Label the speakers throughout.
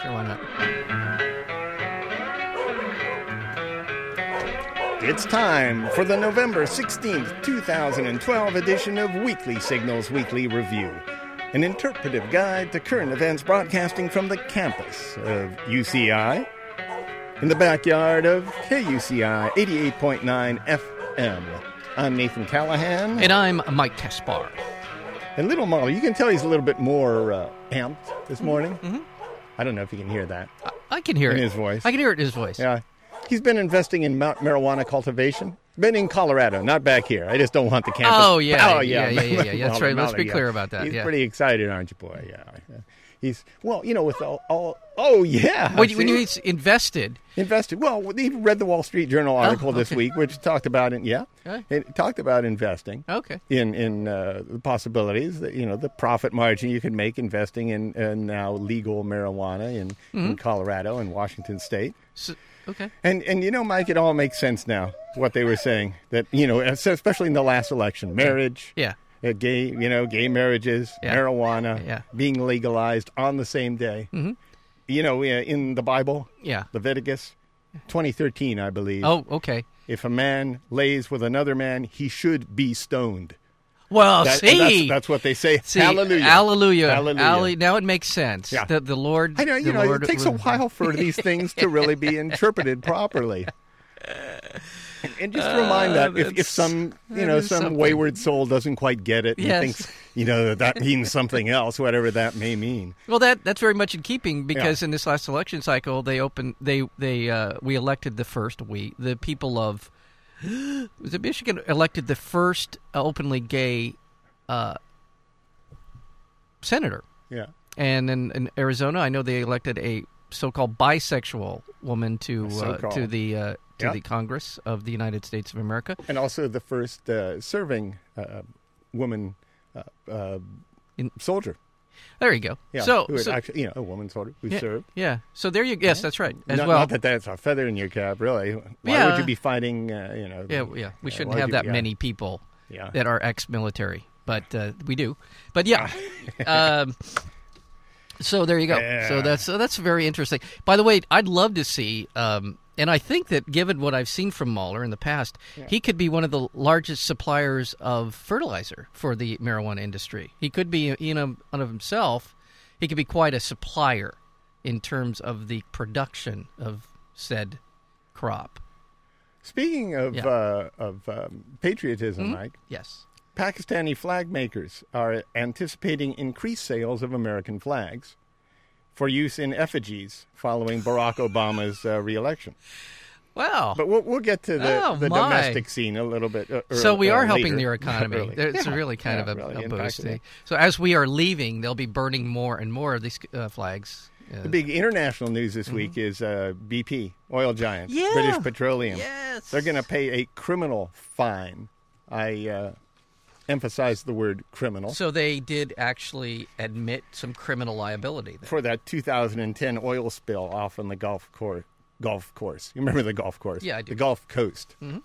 Speaker 1: why not?
Speaker 2: It's time for the November 16th, 2012 edition of Weekly Signals Weekly Review, an interpretive guide to current events broadcasting from the campus of UCI in the backyard of KUCI 88.9 FM. I'm Nathan Callahan.
Speaker 1: And I'm Mike Kaspar.
Speaker 2: And little Molly, you can tell he's a little bit more uh, amped this morning. I don't know if you can hear that.
Speaker 1: I, I can hear
Speaker 2: In
Speaker 1: it.
Speaker 2: his voice.
Speaker 1: I can hear it in his voice.
Speaker 2: Yeah. He's been investing in ma- marijuana cultivation. Been in Colorado, not back here. I just don't want the campus.
Speaker 1: Oh, yeah,
Speaker 2: Oh
Speaker 1: yeah, yeah,
Speaker 2: yeah.
Speaker 1: yeah, yeah. That's
Speaker 2: Well,
Speaker 1: right. Let's be
Speaker 2: yeah.
Speaker 1: clear about that,
Speaker 2: He's
Speaker 1: yeah.
Speaker 2: pretty excited, aren't you, boy? Yeah. He's well, you know, with all, all oh yeah.
Speaker 1: When, you- when
Speaker 2: see?
Speaker 1: you it's invested,
Speaker 2: invested. Well, he read the Wall Street Journal article this
Speaker 1: Oh, okay.
Speaker 2: week, which talked about it. Yeah,
Speaker 1: Yeah.
Speaker 2: it talked about investing.
Speaker 1: Okay.
Speaker 2: in in uh, the possibilities that you know the profit margin you can make investing in, in now legal marijuana in,
Speaker 1: Mm-hmm.
Speaker 2: in Colorado and Washington State.
Speaker 1: so, okay.
Speaker 2: And and you know, Mike, it all makes sense now what they were saying that you know, es- especially in the last election, marriage,
Speaker 1: Yeah.
Speaker 2: uh, gay, you know, gay marriages,
Speaker 1: Yeah.
Speaker 2: marijuana,
Speaker 1: Yeah.
Speaker 2: being legalized on the same day. Mm-hmm. You know, uh, in the Bible,
Speaker 1: Yeah.
Speaker 2: Leviticus. 2013, I believe.
Speaker 1: Oh, okay.
Speaker 2: If a man lays with another man, he should be stoned.
Speaker 1: Well,
Speaker 2: That- and
Speaker 1: Oh, see,
Speaker 2: that's, that's what they say.
Speaker 1: See,
Speaker 2: hallelujah.
Speaker 1: hallelujah,
Speaker 2: Hallelujah.
Speaker 1: Halle- Now it makes sense.
Speaker 2: Yeah.
Speaker 1: The, the Lord.
Speaker 2: I know, you
Speaker 1: the
Speaker 2: know,
Speaker 1: Lord
Speaker 2: it takes a
Speaker 1: would-
Speaker 2: while for these things to really be interpreted properly. And, and just remind that if, if
Speaker 1: Ah, that's-
Speaker 2: some, you
Speaker 1: that
Speaker 2: know,
Speaker 1: is
Speaker 2: some
Speaker 1: something.
Speaker 2: wayward soul doesn't quite get it and
Speaker 1: Yes.
Speaker 2: thinks, you know, that means something else, whatever that may mean.
Speaker 1: Well, that that's very much in keeping because in this last election cycle, they opened they they uh, we elected the first we the people of was it Michigan elected the first openly gay uh, senator,
Speaker 2: Yeah.
Speaker 1: and in, in Arizona, I know they elected a so-called bisexual woman to uh,
Speaker 2: So-called.
Speaker 1: to the uh, to
Speaker 2: Yeah.
Speaker 1: the Congress of the United States of America
Speaker 2: And also the first uh, serving uh, woman uh, uh,
Speaker 1: In-
Speaker 2: soldier.
Speaker 1: There you go.
Speaker 2: Yeah.
Speaker 1: so,
Speaker 2: who had
Speaker 1: so-
Speaker 2: actually, you know, a woman soldier who
Speaker 1: yeah,
Speaker 2: served.
Speaker 1: yeah. So there you. Yes, that's right. As
Speaker 2: not,
Speaker 1: well.
Speaker 2: not that that's a feather in your cap, really. Why would
Speaker 1: Yeah.
Speaker 2: you be fighting? Uh, you know.
Speaker 1: yeah, yeah. We
Speaker 2: uh,
Speaker 1: shouldn't
Speaker 2: why
Speaker 1: have
Speaker 2: would you-
Speaker 1: that
Speaker 2: yeah.
Speaker 1: many people
Speaker 2: Yeah.
Speaker 1: that are ex-military, but uh, we do. But yeah. um, so there you go. So
Speaker 2: Yeah.
Speaker 1: that's so that's very interesting. By the way, I'd love to see. Um, and I think that given what I've seen from Mahler in the past, he could be one of the largest suppliers of fertilizer for the marijuana industry. He could be, you know, on of himself, he could be quite a supplier in terms of the production of said crop.
Speaker 2: Speaking of
Speaker 1: Yeah. Hmm?
Speaker 2: uh, of um, patriotism, Mike,
Speaker 1: Yes.
Speaker 2: Pakistani flag makers are anticipating increased sales of American flags for use in effigies following Barack Obama's uh, reelection.
Speaker 1: Wow.
Speaker 2: But we'll, we'll get to the,
Speaker 1: Oh,
Speaker 2: the
Speaker 1: my.
Speaker 2: domestic scene a little bit. Uh, ear-
Speaker 1: So we
Speaker 2: uh,
Speaker 1: are helping
Speaker 2: later.
Speaker 1: their economy.
Speaker 2: Really.
Speaker 1: It's
Speaker 2: Yeah.
Speaker 1: really kind
Speaker 2: Yeah,
Speaker 1: of a,
Speaker 2: really
Speaker 1: a boost.
Speaker 2: impacting it.
Speaker 1: So as we are leaving, they'll be burning more and more of these uh, flags. Uh,
Speaker 2: The big international news this week is uh, BP, oil giant,
Speaker 1: Yeah.
Speaker 2: British Petroleum.
Speaker 1: Yes.
Speaker 2: They're going to pay a criminal fine. I uh, emphasize the word criminal.
Speaker 1: So they did actually admit some criminal liability. There.
Speaker 2: for that 2010 oil spill off on the golf course. Golf course. You remember the golf course?
Speaker 1: Yeah, I do.
Speaker 2: The Gulf Coast. Mm-hmm.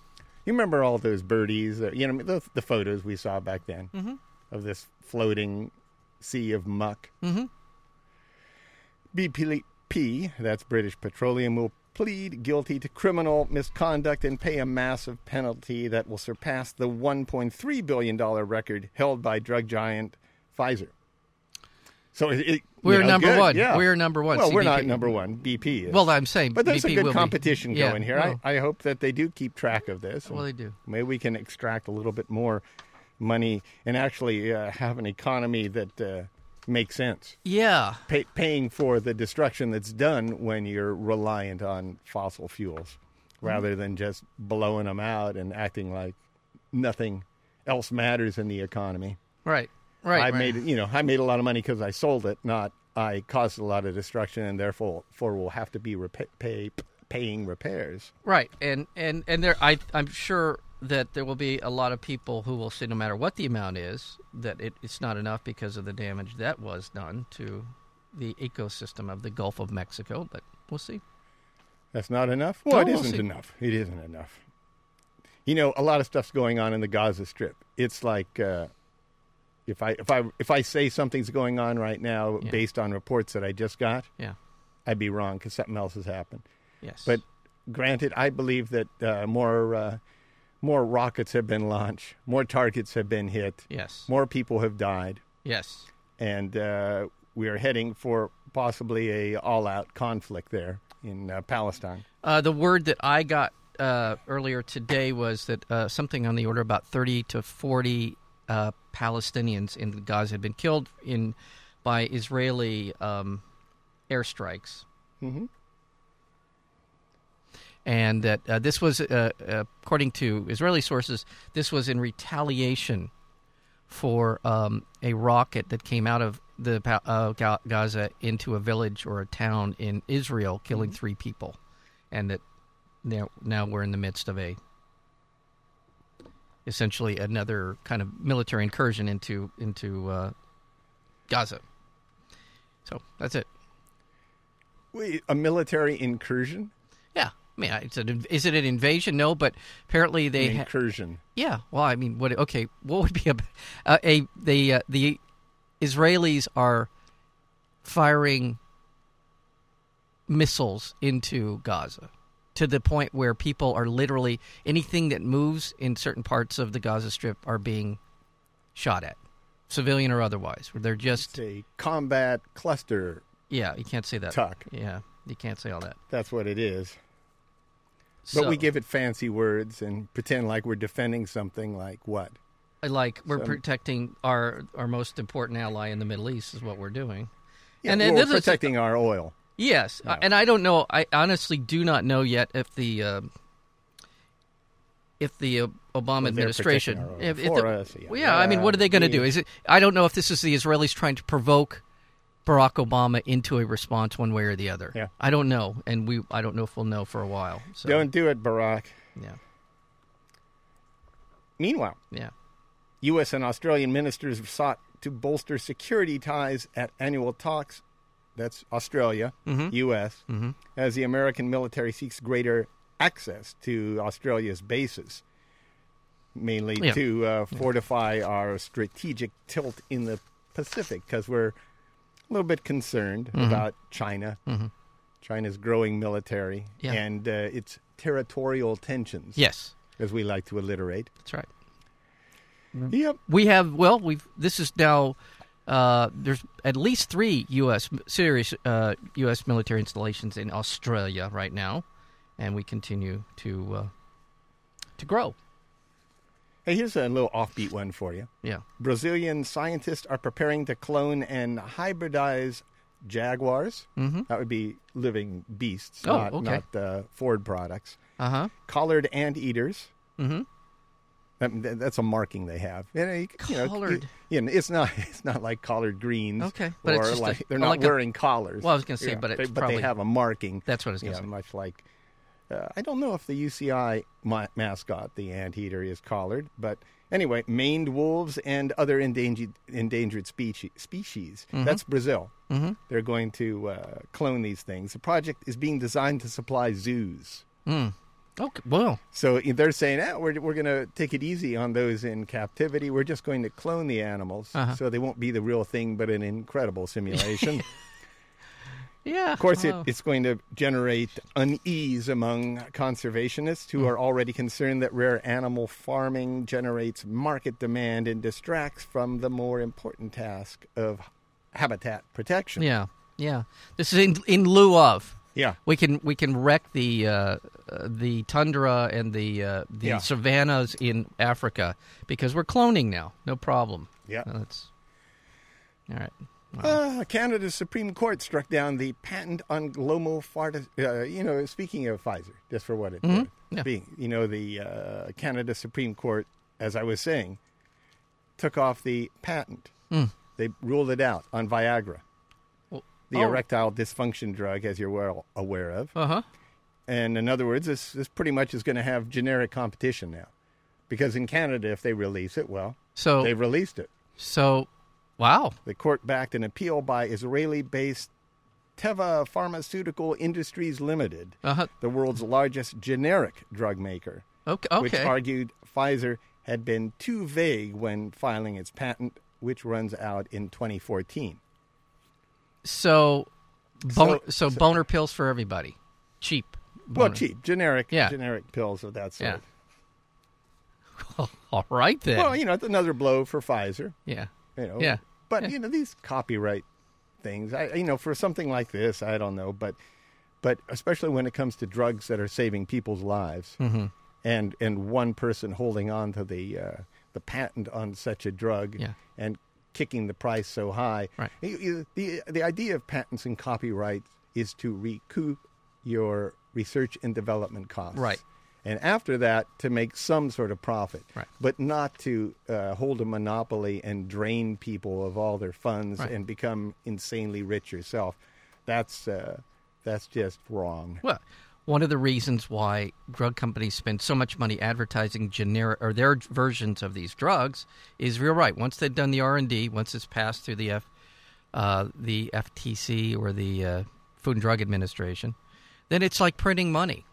Speaker 2: You remember all those birdies? uh, You know the, the photos we saw back then
Speaker 1: Mm-hmm.
Speaker 2: of this floating sea of muck. Mm-hmm. BP, that's British Petroleum, will plead guilty to criminal misconduct and pay a massive penalty that will surpass the 1.3 billion dollar record held by drug giant Pfizer. So it, it, you
Speaker 1: We're
Speaker 2: know,
Speaker 1: number
Speaker 2: good,
Speaker 1: one.
Speaker 2: yeah.
Speaker 1: We're number one,
Speaker 2: Well, we're
Speaker 1: CBP.
Speaker 2: not number one. BP is.
Speaker 1: Well, I'm saying
Speaker 2: but there's
Speaker 1: BP
Speaker 2: a
Speaker 1: will
Speaker 2: good
Speaker 1: be-
Speaker 2: competition
Speaker 1: yeah,
Speaker 2: going here.
Speaker 1: well.
Speaker 2: I, I hope that they do keep track of this.
Speaker 1: Well, they do.
Speaker 2: Maybe we can extract a little bit more money and actually uh, have an economy that uh, makes sense.
Speaker 1: Yeah.
Speaker 2: Pay, paying for the destruction that's done when you're reliant on fossil fuels,
Speaker 1: Mm-hmm.
Speaker 2: rather than just blowing them out and acting like nothing else matters in the economy.
Speaker 1: Right. Right.
Speaker 2: I
Speaker 1: right.
Speaker 2: made you know I made a lot of money because I sold it, not I caused a lot of destruction and therefore for will have to be repa- pay, paying repairs.
Speaker 1: Right, and and and there, I I'm sure that there will be a lot of people who will say, no matter what the amount is, that it, it's not enough because of the damage that was done to the ecosystem of the Gulf of Mexico. But we'll see.
Speaker 2: That's not enough. Well,
Speaker 1: No,
Speaker 2: it
Speaker 1: we'll
Speaker 2: isn't
Speaker 1: see.
Speaker 2: enough. It isn't enough. You know, a lot of stuff's going on in the Gaza Strip. It's like uh, if I if I if I say something's going on right now
Speaker 1: Yeah.
Speaker 2: based on reports that I just got,
Speaker 1: Yeah,
Speaker 2: I'd be wrong because something else has happened.
Speaker 1: Yes.
Speaker 2: But granted, I believe that uh, more uh, more rockets have been launched, more targets have been hit,
Speaker 1: yes.
Speaker 2: more people have died,
Speaker 1: Yes.
Speaker 2: and uh, we are heading for possibly a all out conflict there in uh, Palestine.
Speaker 1: Uh, the word that I got uh, earlier today was that uh, something on the order about 30 to 40 uh, Palestinians in Gaza had been killed in by Israeli um, airstrikes.
Speaker 2: Mhm.
Speaker 1: And that uh, this was, uh, uh, according to Israeli sources, this was in retaliation for um, a rocket that came out of the Pa- uh, Ga- Gaza into a village or a town in Israel, killing three people, and that now now we're in the midst of a essentially another kind of military incursion into into uh, Gaza. So that's it.
Speaker 2: Wait, a military incursion?
Speaker 1: Yeah, I mean, I- it's an, is it an invasion? No, but apparently they ha-
Speaker 2: incursion.
Speaker 1: Yeah. Well, I mean, what? Okay, what would be a uh, a the uh, the Israelis are firing missiles into Gaza to the point where people are literally anything that moves in certain parts of the Gaza Strip are being shot at, civilian or otherwise. Where they're
Speaker 2: It's
Speaker 1: just
Speaker 2: a combat cluster
Speaker 1: yeah, you can't say that.
Speaker 2: Talk.
Speaker 1: Yeah, you can't say all that.
Speaker 2: That's what it is. But we give it fancy words and pretend like we're defending something like what?
Speaker 1: like we're protecting our our most important ally in the Middle East is what we're doing.
Speaker 2: Yeah,
Speaker 1: And then
Speaker 2: we're
Speaker 1: this is-
Speaker 2: protecting our oil.
Speaker 1: Yes, I- and I don't know. I honestly do not know yet if the uh, if the uh, Obama
Speaker 2: they're
Speaker 1: administration,
Speaker 2: protecting our own
Speaker 1: if, if
Speaker 2: for
Speaker 1: the-
Speaker 2: us, yeah.
Speaker 1: well, yeah, I mean, what are they going to do? Is it? I don't know if this is the Israelis trying to provoke Barack Obama into a response one way or the other.
Speaker 2: Yeah.
Speaker 1: I don't know, and we I don't know if we'll know for a while. So
Speaker 2: Don't do it, Barack.
Speaker 1: yeah,
Speaker 2: Meanwhile,
Speaker 1: yeah,
Speaker 2: U.S. and Australian ministers have sought to bolster security ties at annual talks. That's Australia,
Speaker 1: Mm-hmm.
Speaker 2: U.S., as the American military seeks greater access to Australia's bases, mainly
Speaker 1: Yeah.
Speaker 2: to uh, fortify our strategic tilt in the Pacific, because we're a little bit concerned
Speaker 1: Mm-hmm.
Speaker 2: about China, China's growing military,
Speaker 1: Yeah.
Speaker 2: and uh, its territorial tensions,
Speaker 1: yes,
Speaker 2: as we like to alliterate.
Speaker 1: that's right. Mm-hmm.
Speaker 2: Yep.
Speaker 1: we have well we've this is now uh, there's at least three U.S. m- serious uh, U.S. military installations in Australia right now, and we continue to uh, to grow.
Speaker 2: Hey, here's a little offbeat one for you.
Speaker 1: Yeah,
Speaker 2: Brazilian scientists are preparing to clone and hybridize jaguars. Mm-hmm. That would be living beasts,
Speaker 1: Oh,
Speaker 2: not,
Speaker 1: okay.
Speaker 2: not uh, Ford products.
Speaker 1: uh
Speaker 2: Uh-huh.
Speaker 1: huh.
Speaker 2: Collared anteaters. Mm-hmm. That, that's a marking they have. You know, you c- you know, c-
Speaker 1: Collared.
Speaker 2: you know, it's not. It's not like collared greens.
Speaker 1: Okay, but it's
Speaker 2: or
Speaker 1: just a-
Speaker 2: like they're
Speaker 1: or
Speaker 2: not
Speaker 1: like a-
Speaker 2: wearing collars.
Speaker 1: Well, I was gonna say, but
Speaker 2: they,
Speaker 1: it's
Speaker 2: but they
Speaker 1: probably-
Speaker 2: have a marking.
Speaker 1: That's what I was
Speaker 2: yeah,
Speaker 1: gonna say.
Speaker 2: much like uh, I don't know if the UCI ma- mascot, the anteater, is collared, but anyway, maned wolves and other endangered endangered species. Species that's Brazil. Mm-hmm. They're going to uh, clone these things. The project is being designed to supply zoos.
Speaker 1: Okay. Well,
Speaker 2: So they're saying, ah, we're, we're going to take it easy on those in captivity. We're just going to clone the animals so they won't be the real thing, but an incredible simulation.
Speaker 1: yeah.
Speaker 2: Of course, it, it's going to generate unease among conservationists who are already concerned that rare animal farming generates market demand and distracts from the more important task of habitat protection.
Speaker 1: yeah, yeah. This is in in lieu of.
Speaker 2: Yeah.
Speaker 1: We can we can wreck the uh, uh, the tundra and the uh, the
Speaker 2: Yeah.
Speaker 1: savannas in Africa because we're cloning now. No problem.
Speaker 2: Yeah.
Speaker 1: Uh, That's all right.
Speaker 2: Ah, Canada's Supreme Court struck down the patent on glomofartis. Uh, you know, speaking of Pfizer, just for what it's worth,
Speaker 1: Mm-hmm. Yeah.
Speaker 2: being you know the uh, Canada Supreme Court, as I was saying, took off the patent.
Speaker 1: Mm.
Speaker 2: They ruled it out on Viagra,
Speaker 1: Well,
Speaker 2: the
Speaker 1: oh.
Speaker 2: erectile dysfunction drug, as you're well aware of.
Speaker 1: Uh huh.
Speaker 2: And in other words, this this pretty much is going to have generic competition now, because in Canada, if they release it, well,
Speaker 1: So
Speaker 2: they've released it.
Speaker 1: So, wow.
Speaker 2: The court backed an appeal by Israeli based Teva Pharmaceutical Industries Limited,
Speaker 1: Uh-huh.
Speaker 2: the world's largest generic drug maker,
Speaker 1: Okay.
Speaker 2: which
Speaker 1: Okay.
Speaker 2: argued Pfizer had been too vague when filing its patent, which runs out in 2014.
Speaker 1: so, Bon- so, boner pills for everybody, cheap.
Speaker 2: Well,
Speaker 1: boner.
Speaker 2: cheap, generic,
Speaker 1: Yeah.
Speaker 2: generic pills of that sort.
Speaker 1: Yeah. All right then.
Speaker 2: Well, you know, it's another blow for Pfizer.
Speaker 1: yeah.
Speaker 2: You know.
Speaker 1: Yeah.
Speaker 2: But you know these copyright things. I you know for something like this, I don't know, but but especially when it comes to drugs that are saving people's lives,
Speaker 1: Mm-hmm.
Speaker 2: and and one person holding on to the uh, the patent on such a drug,
Speaker 1: Yeah.
Speaker 2: and kicking the price so high.
Speaker 1: Right.
Speaker 2: You- you- The the idea of patents and copyright is to recoup your research and development costs.
Speaker 1: Right.
Speaker 2: And after that, to make some sort of profit
Speaker 1: Right.
Speaker 2: but not to uh, hold a monopoly and drain people of all their funds
Speaker 1: Right.
Speaker 2: and become insanely rich yourself. That's uh, that's just wrong.
Speaker 1: Well, one of the reasons why drug companies spend so much money advertising generic or their versions of these drugs is real right. Once they've done the R and D, once it's passed through the F, uh, the FTC or the uh, Food and Drug Administration, then it's like printing money.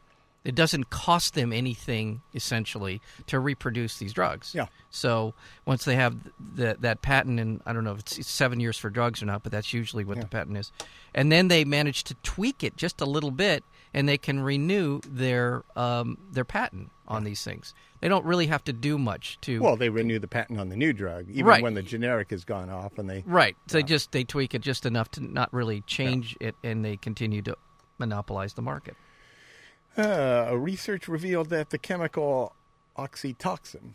Speaker 1: It doesn't cost them anything essentially to reproduce these drugs.
Speaker 2: Yeah.
Speaker 1: So once they have the, that patent, and I don't know if it's it's seven years for drugs or not, but that's usually what the patent is. And then they manage to tweak it just a little bit, and they can renew their um, their patent on these things. They don't really have to do much to
Speaker 2: Well, they renew the patent on the new drug, even
Speaker 1: Right.
Speaker 2: when the generic has gone off, and they
Speaker 1: right. So They just they tweak it just enough to not really change it, and they continue to monopolize the market.
Speaker 2: uh, research revealed that the chemical oxytocin.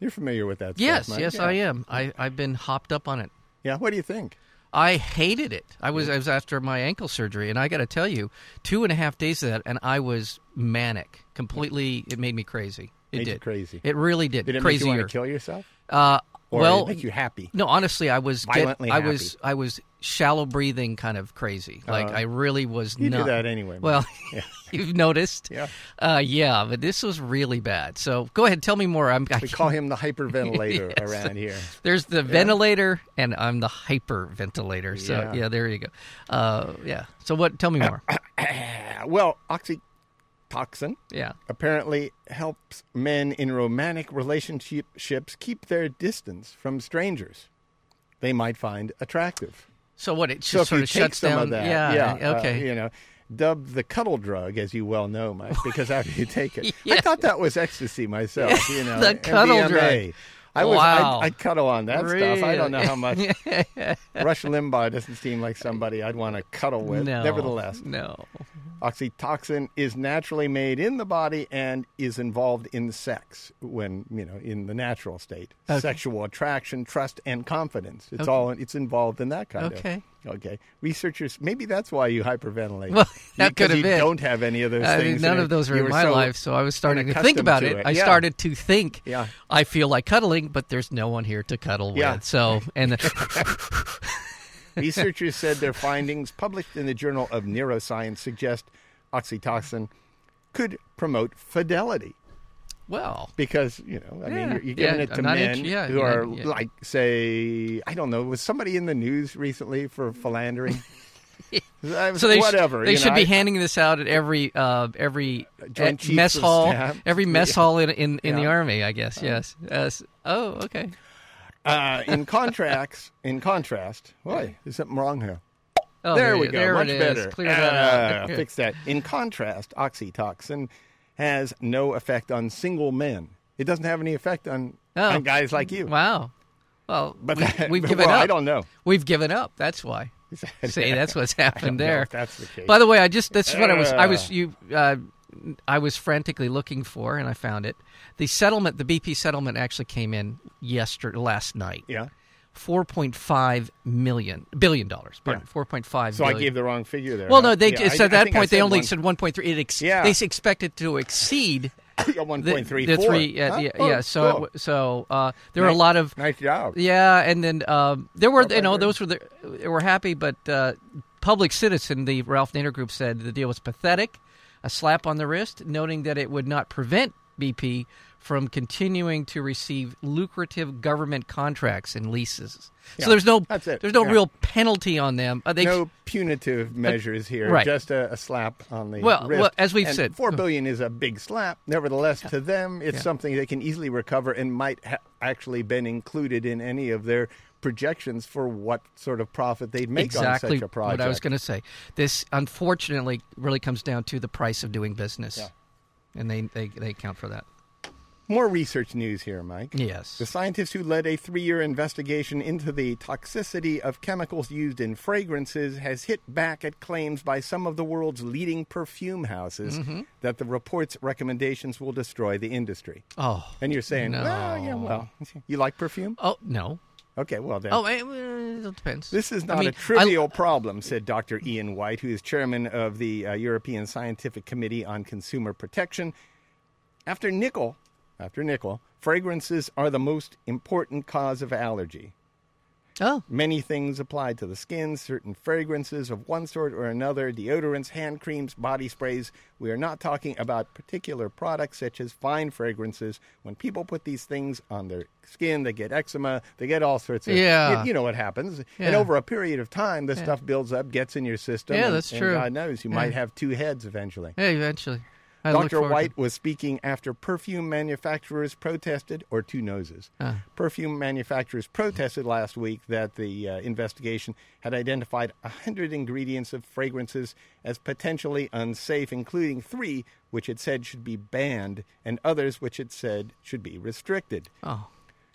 Speaker 2: You're familiar with that?
Speaker 1: Yes,
Speaker 2: stuff, Mike?
Speaker 1: yes,
Speaker 2: yeah.
Speaker 1: I am. I, I've been hopped up on it.
Speaker 2: Yeah. What do you think?
Speaker 1: I hated it. I was I was after my ankle surgery, and I got to tell you, two and a half days of that, and I was manic. Completely, it made me crazy. It
Speaker 2: Made you
Speaker 1: did
Speaker 2: crazy.
Speaker 1: It really did.
Speaker 2: Did it
Speaker 1: Crazier.
Speaker 2: make you want to kill yourself,
Speaker 1: Uh,
Speaker 2: or
Speaker 1: well,
Speaker 2: did it make you happy?
Speaker 1: no, honestly, I was get-
Speaker 2: Violently Uh,
Speaker 1: I was I was shallow breathing, kind of crazy. Like I really was.
Speaker 2: You do
Speaker 1: numb.
Speaker 2: that anyway, man.
Speaker 1: Well, you've noticed.
Speaker 2: Yeah.
Speaker 1: Uh, yeah, but this was really bad. So go ahead, tell me more. I'm. I
Speaker 2: We call him the hyperventilator around here.
Speaker 1: there's the ventilator, and I'm the hyperventilator. So
Speaker 2: Yeah.
Speaker 1: yeah, there you go. Uh, yeah. So what? Tell me more.
Speaker 2: Ah, well, oxytocin
Speaker 1: yeah.
Speaker 2: apparently helps men in romantic relationships keep their distance from strangers they might find attractive.
Speaker 1: So what? It just
Speaker 2: So if
Speaker 1: sort
Speaker 2: you
Speaker 1: of
Speaker 2: take
Speaker 1: shuts
Speaker 2: some
Speaker 1: down.
Speaker 2: of that,
Speaker 1: yeah.
Speaker 2: uh,
Speaker 1: okay.
Speaker 2: you know, dubbed the cuddle drug, as you well know, Mike, because after you take it, I
Speaker 1: Yeah.
Speaker 2: thought that was ecstasy myself. You know,
Speaker 1: The cuddle
Speaker 2: MDMA.
Speaker 1: drug.
Speaker 2: I was
Speaker 1: Wow.
Speaker 2: I, I cuddle on that stuff. I don't know how much. Rush Limbaugh doesn't seem like somebody I'd want to cuddle with.
Speaker 1: No.
Speaker 2: Nevertheless,
Speaker 1: No.
Speaker 2: Oxytocin is naturally made in the body and is involved in sex when, you know, in the natural state. Sexual attraction, trust, and confidence. It's all it's involved in that kind
Speaker 1: Okay.
Speaker 2: of. Okay. Researchers, maybe that's why you hyperventilate.
Speaker 1: Well, that
Speaker 2: Because
Speaker 1: could have
Speaker 2: you
Speaker 1: been.
Speaker 2: don't have any of those
Speaker 1: I mean,
Speaker 2: things.
Speaker 1: none
Speaker 2: and
Speaker 1: of those
Speaker 2: you
Speaker 1: were in my
Speaker 2: so-
Speaker 1: life, so I was starting to think
Speaker 2: accustomed
Speaker 1: about
Speaker 2: to
Speaker 1: it.
Speaker 2: it.
Speaker 1: I
Speaker 2: Yeah.
Speaker 1: started to think,
Speaker 2: Yeah.
Speaker 1: I feel like cuddling, but there's no one here to cuddle
Speaker 2: Yeah.
Speaker 1: with. So, and the,
Speaker 2: Researchers said their findings, published in the Journal of Neuroscience, suggest oxytocin could promote fidelity.
Speaker 1: well,
Speaker 2: because you know, I mean,
Speaker 1: Yeah.
Speaker 2: you're, you're giving
Speaker 1: Yeah,
Speaker 2: it to
Speaker 1: not
Speaker 2: men
Speaker 1: int- yeah,
Speaker 2: who
Speaker 1: you're
Speaker 2: are
Speaker 1: not- yeah.
Speaker 2: like, say, I don't know, was somebody in the news recently for philandering? I-
Speaker 1: so they sh-
Speaker 2: whatever
Speaker 1: they
Speaker 2: you know,
Speaker 1: should be
Speaker 2: I-
Speaker 1: handing this out at every uh, every
Speaker 2: Joint
Speaker 1: at
Speaker 2: Chiefs
Speaker 1: mess
Speaker 2: of
Speaker 1: hall,
Speaker 2: Staff.
Speaker 1: every mess hall in in, in the
Speaker 2: Yeah.
Speaker 1: army. I guess yes. yes. Oh, okay.
Speaker 2: uh, in contracts. In contrast, boy, there's something wrong here.
Speaker 1: Oh,
Speaker 2: there
Speaker 1: there
Speaker 2: we
Speaker 1: you-
Speaker 2: go.
Speaker 1: There
Speaker 2: Much
Speaker 1: it is.
Speaker 2: better.
Speaker 1: Clear that out.
Speaker 2: Ah, Fix that. In contrast, oxytocin has no effect on single men. It doesn't have any effect on,
Speaker 1: Oh.
Speaker 2: on guys like you.
Speaker 1: Wow. Well,
Speaker 2: But
Speaker 1: we,
Speaker 2: that-
Speaker 1: we've
Speaker 2: well,
Speaker 1: given up.
Speaker 2: I don't know.
Speaker 1: We've given up. That's why. See, that's what's happened
Speaker 2: know
Speaker 1: there.
Speaker 2: if that's the case.
Speaker 1: By the way, I just that's what I was. I
Speaker 2: Ugh.
Speaker 1: was you. Uh, I was frantically looking for, and I found it. The settlement, the BP settlement, actually came in yesterday, last night.
Speaker 2: Yeah.
Speaker 1: Four point five million billion dollars. Pardon, Four point five.
Speaker 2: So I gave the wrong figure there.
Speaker 1: Well,
Speaker 2: huh?
Speaker 1: no, they
Speaker 2: Yeah, I-
Speaker 1: it's at
Speaker 2: I
Speaker 1: that
Speaker 2: think I
Speaker 1: point they only
Speaker 2: one-
Speaker 1: said one point three. It ex-
Speaker 2: Yeah.
Speaker 1: they expected to exceed
Speaker 2: one
Speaker 1: the,
Speaker 2: point three
Speaker 1: the
Speaker 2: four. Oh,
Speaker 1: three. Yeah, yeah, yeah. So it
Speaker 2: cool.
Speaker 1: w- so uh, there were
Speaker 2: Nice-
Speaker 1: a lot of
Speaker 2: nice job.
Speaker 1: Yeah, and then um, there were
Speaker 2: Okay,
Speaker 1: you know
Speaker 2: good.
Speaker 1: those were the they were happy, but uh, Public Citizen, the Ralph Nader Group said the deal was pathetic, a slap on the wrist, noting that it would not prevent BP from continuing to receive lucrative government contracts and leases.
Speaker 2: Yeah,
Speaker 1: so there's no
Speaker 2: that's it,
Speaker 1: there's no
Speaker 2: yeah.
Speaker 1: real penalty on them. Uh, they,
Speaker 2: No punitive measures here.
Speaker 1: right.
Speaker 2: Just a, a slap on the
Speaker 1: Well,
Speaker 2: wrist.
Speaker 1: well, as we've
Speaker 2: And
Speaker 1: said- uh,
Speaker 2: four billion is a big slap. Nevertheless, to them, it's something they can easily recover and might ha- actually been included in any of their projections for what sort of profit they'd make
Speaker 1: exactly
Speaker 2: on such a project.
Speaker 1: what I was going to say. This unfortunately really comes down to the price of doing business,
Speaker 2: Yeah.
Speaker 1: and they, they they account for that.
Speaker 2: More research news here, Mike.
Speaker 1: Yes.
Speaker 2: The scientists who led a three-year investigation into the toxicity of chemicals used in fragrances has hit back at claims by some of the world's leading perfume houses
Speaker 1: Mm-hmm.
Speaker 2: that the report's recommendations will destroy the industry.
Speaker 1: oh.
Speaker 2: And you're saying,
Speaker 1: No.
Speaker 2: well, yeah, well, you like perfume?
Speaker 1: Oh no.
Speaker 2: Okay, well then.
Speaker 1: Oh, eh, well, it depends.
Speaker 2: This is
Speaker 1: I
Speaker 2: not
Speaker 1: mean,
Speaker 2: a
Speaker 1: I-
Speaker 2: trivial problem, said Dr. Ian White, who is chairman of the uh, European Scientific Committee on Consumer Protection. After nickel, after nickel, fragrances are the most important cause of allergy.
Speaker 1: oh,
Speaker 2: Many things apply to the skin, certain fragrances of one sort or another, deodorants, hand creams, body sprays. We are not talking about particular products such as fine fragrances. When people put these things on their skin, they get eczema, they get all sorts of.
Speaker 1: Yeah.
Speaker 2: You, you know what happens. And
Speaker 1: Yeah.
Speaker 2: over a period of time, the stuff builds up, gets in your system.
Speaker 1: Yeah,
Speaker 2: and-
Speaker 1: that's
Speaker 2: and
Speaker 1: true.
Speaker 2: God knows, you might have two heads eventually.
Speaker 1: yeah, eventually. I look
Speaker 2: Dr.
Speaker 1: forward to-
Speaker 2: White was speaking after perfume manufacturers protested, or two noses.
Speaker 1: Uh.
Speaker 2: Perfume manufacturers protested last week that the uh, investigation had identified 100 ingredients of fragrances as potentially unsafe, including three which it said should be banned and others which it said should be restricted.
Speaker 1: Oh,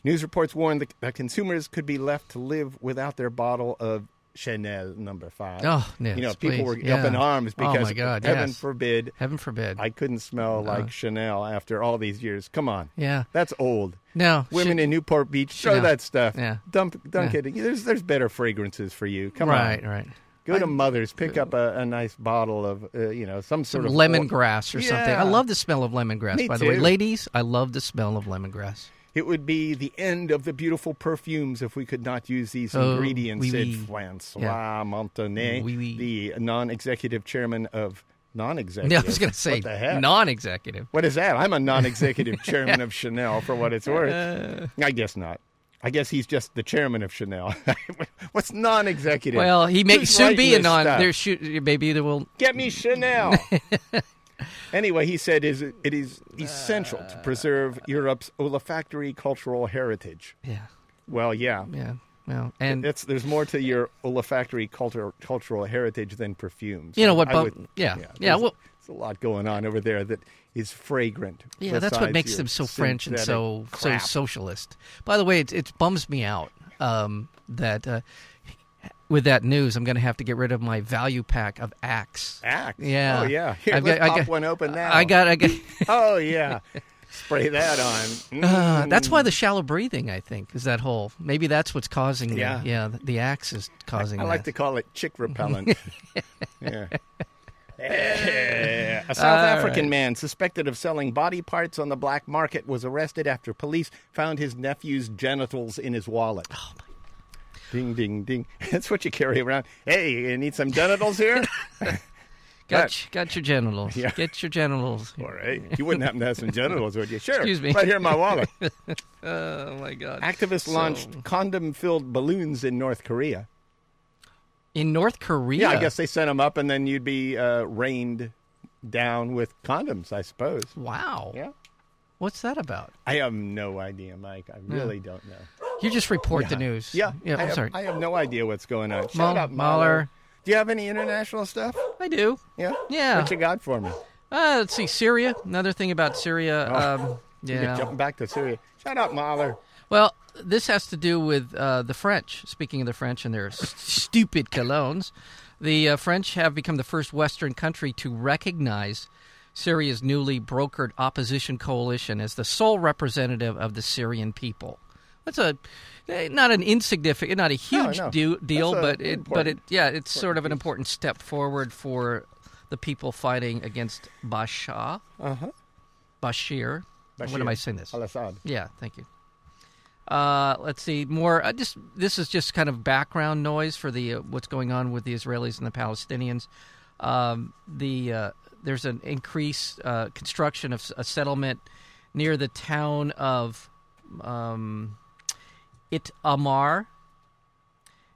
Speaker 2: News reports warned that, that consumers could be left to live without their bottle of Chanel number five.
Speaker 1: Oh, yes,
Speaker 2: you know, people
Speaker 1: please.
Speaker 2: were up
Speaker 1: Yeah.
Speaker 2: in arms
Speaker 1: Oh, my
Speaker 2: because,
Speaker 1: God,
Speaker 2: heaven
Speaker 1: yes.
Speaker 2: forbid,
Speaker 1: heaven forbid.
Speaker 2: I couldn't smell like Chanel after all these years. Come on.
Speaker 1: Uh. yeah.
Speaker 2: That's old.
Speaker 1: No.
Speaker 2: Women
Speaker 1: shit.
Speaker 2: in Newport Beach, show
Speaker 1: Chanel.
Speaker 2: that stuff.
Speaker 1: Yeah.
Speaker 2: Dump, dunk
Speaker 1: Yeah.
Speaker 2: it. There's, there's better fragrances for you. Come
Speaker 1: right, Uh,
Speaker 2: on.
Speaker 1: right.
Speaker 2: Go to Mother's, pick up a, a nice bottle of, uh, you know, some sort of oil.
Speaker 1: lemongrass or something.
Speaker 2: Yeah.
Speaker 1: I love the smell of lemongrass.
Speaker 2: Me
Speaker 1: by the way,
Speaker 2: too.
Speaker 1: ladies, I love the smell of lemongrass.
Speaker 2: It would be the end of the beautiful perfumes if we could not use these
Speaker 1: Oh,
Speaker 2: ingredients,
Speaker 1: oui,
Speaker 2: said
Speaker 1: oui.
Speaker 2: Francois
Speaker 1: Yeah.
Speaker 2: Montanet,
Speaker 1: Oui, oui.
Speaker 2: the non executive chairman of non executive.
Speaker 1: No, I was going to say
Speaker 2: What the heck?
Speaker 1: non-executive.
Speaker 2: What is that? I'm a non executive chairman of Chanel for what it's
Speaker 1: Uh.
Speaker 2: worth. I guess not. I guess he's just the chairman of Chanel. What's non executive?
Speaker 1: Well, he may
Speaker 2: Who's
Speaker 1: soon be
Speaker 2: writing
Speaker 1: a
Speaker 2: this
Speaker 1: non.
Speaker 2: stuff?
Speaker 1: There should maybe there will.
Speaker 2: Get me Chanel. anyway, he said is it is essential
Speaker 1: Uh.
Speaker 2: to preserve Europe's olfactory cultural heritage.
Speaker 1: Yeah,
Speaker 2: Well, yeah.
Speaker 1: yeah. Well, and
Speaker 2: It's, there's more to your olfactory culture, cultural heritage than perfumes.
Speaker 1: You know what,
Speaker 2: I
Speaker 1: Bob- yeah. Yeah,
Speaker 2: there's-
Speaker 1: well-
Speaker 2: there's a lot going on over there that is fragrant.
Speaker 1: Yeah, that's what
Speaker 2: besides
Speaker 1: makes
Speaker 2: your
Speaker 1: them so French and so
Speaker 2: synthetic crap.
Speaker 1: so socialist. By the way, it, it bums me out um, that uh, with that news, I'm going to have to get rid of my value pack of Axe.
Speaker 2: Axe.
Speaker 1: Yeah.
Speaker 2: Oh yeah. Here,
Speaker 1: I've
Speaker 2: let's
Speaker 1: got- I
Speaker 2: pop
Speaker 1: got-
Speaker 2: one open now.
Speaker 1: I got, I got.
Speaker 2: Oh yeah. Spray that on. Mm.
Speaker 1: Uh, that's why the shallow breathing, I think, is that whole. Maybe that's what's causing. the-
Speaker 2: Yeah.
Speaker 1: yeah. The, the axe is causing.
Speaker 2: I like to
Speaker 1: that.
Speaker 2: call it chick repellent. yeah. Eh, A South African man suspected of selling body parts on the black market was arrested after police found his nephew's genitals in his wallet. Oh my Ding ding ding. That's what you carry around. Hey, you need some genitals here?
Speaker 1: Got, your- got your genitals.
Speaker 2: Yeah.
Speaker 1: Get your genitals.
Speaker 2: All right. You wouldn't happen to have some genitals, would you? Sure.
Speaker 1: Excuse me.
Speaker 2: Right here in my wallet.
Speaker 1: Oh my God.
Speaker 2: Activists
Speaker 1: So-
Speaker 2: launched condom-filled balloons in North Korea.
Speaker 1: in North Korea.
Speaker 2: Yeah, I guess they sent them up, and then you'd be uh, rained down with condoms, I suppose.
Speaker 1: Wow.
Speaker 2: Yeah,
Speaker 1: What's that about?
Speaker 2: I have no idea, Mike. I really don't know. Uh,
Speaker 1: You just report the news.
Speaker 2: Yeah,
Speaker 1: Yeah.
Speaker 2: I
Speaker 1: I'm
Speaker 2: have,
Speaker 1: sorry.
Speaker 2: I have no idea what's going on. Shut
Speaker 1: Mull-
Speaker 2: up, Mahler.
Speaker 1: Mahler.
Speaker 2: Do you have any international stuff?
Speaker 1: I do.
Speaker 2: Yeah.
Speaker 1: Yeah.
Speaker 2: What you got for me?
Speaker 1: Uh, let's see, Syria. Another thing about Syria. Um,
Speaker 2: You're
Speaker 1: yeah.
Speaker 2: jumping back to Syria. Shut up, Mahler.
Speaker 1: Well, this has to do with uh, the French. Speaking of the French and their s- stupid colognes, the uh, French have become the first Western country to recognize Syria's newly brokered opposition coalition as the sole representative of the Syrian people. That's a eh, not an insignificant, not a huge
Speaker 2: no.
Speaker 1: do- deal,
Speaker 2: That's a
Speaker 1: but it, but it,
Speaker 2: important-
Speaker 1: yeah, it's sort of an important step forward for the people fighting against Bashar. Bashir. What am
Speaker 2: Uh-huh. Bashir
Speaker 1: I saying this?
Speaker 2: Al Assad.
Speaker 1: Yeah, thank you. Uh, let's see more. Uh, just this is just kind of background noise for the uh, what's going on with the Israelis and the Palestinians. Um, the uh, there's an increased uh, construction of s- a settlement near the town of um, It Amar,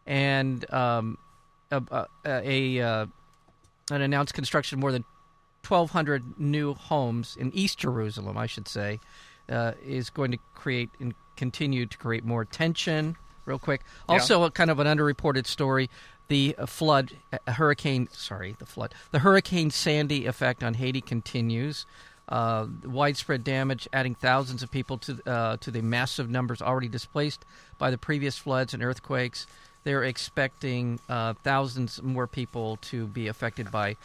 Speaker 1: and um, a, a, a uh, an announced construction of more than 1,200 new homes in East Jerusalem, I should say, uh, is going to create and continue to create more tension real quick. Also, a kind of an underreported story: the uh, flood, uh, hurricane. Sorry, the flood. The Hurricane Sandy effect on Haiti continues. Uh, widespread damage, adding thousands of people to uh, to the massive numbers already displaced by the previous floods and earthquakes. They're expecting uh, thousands more people to be affected by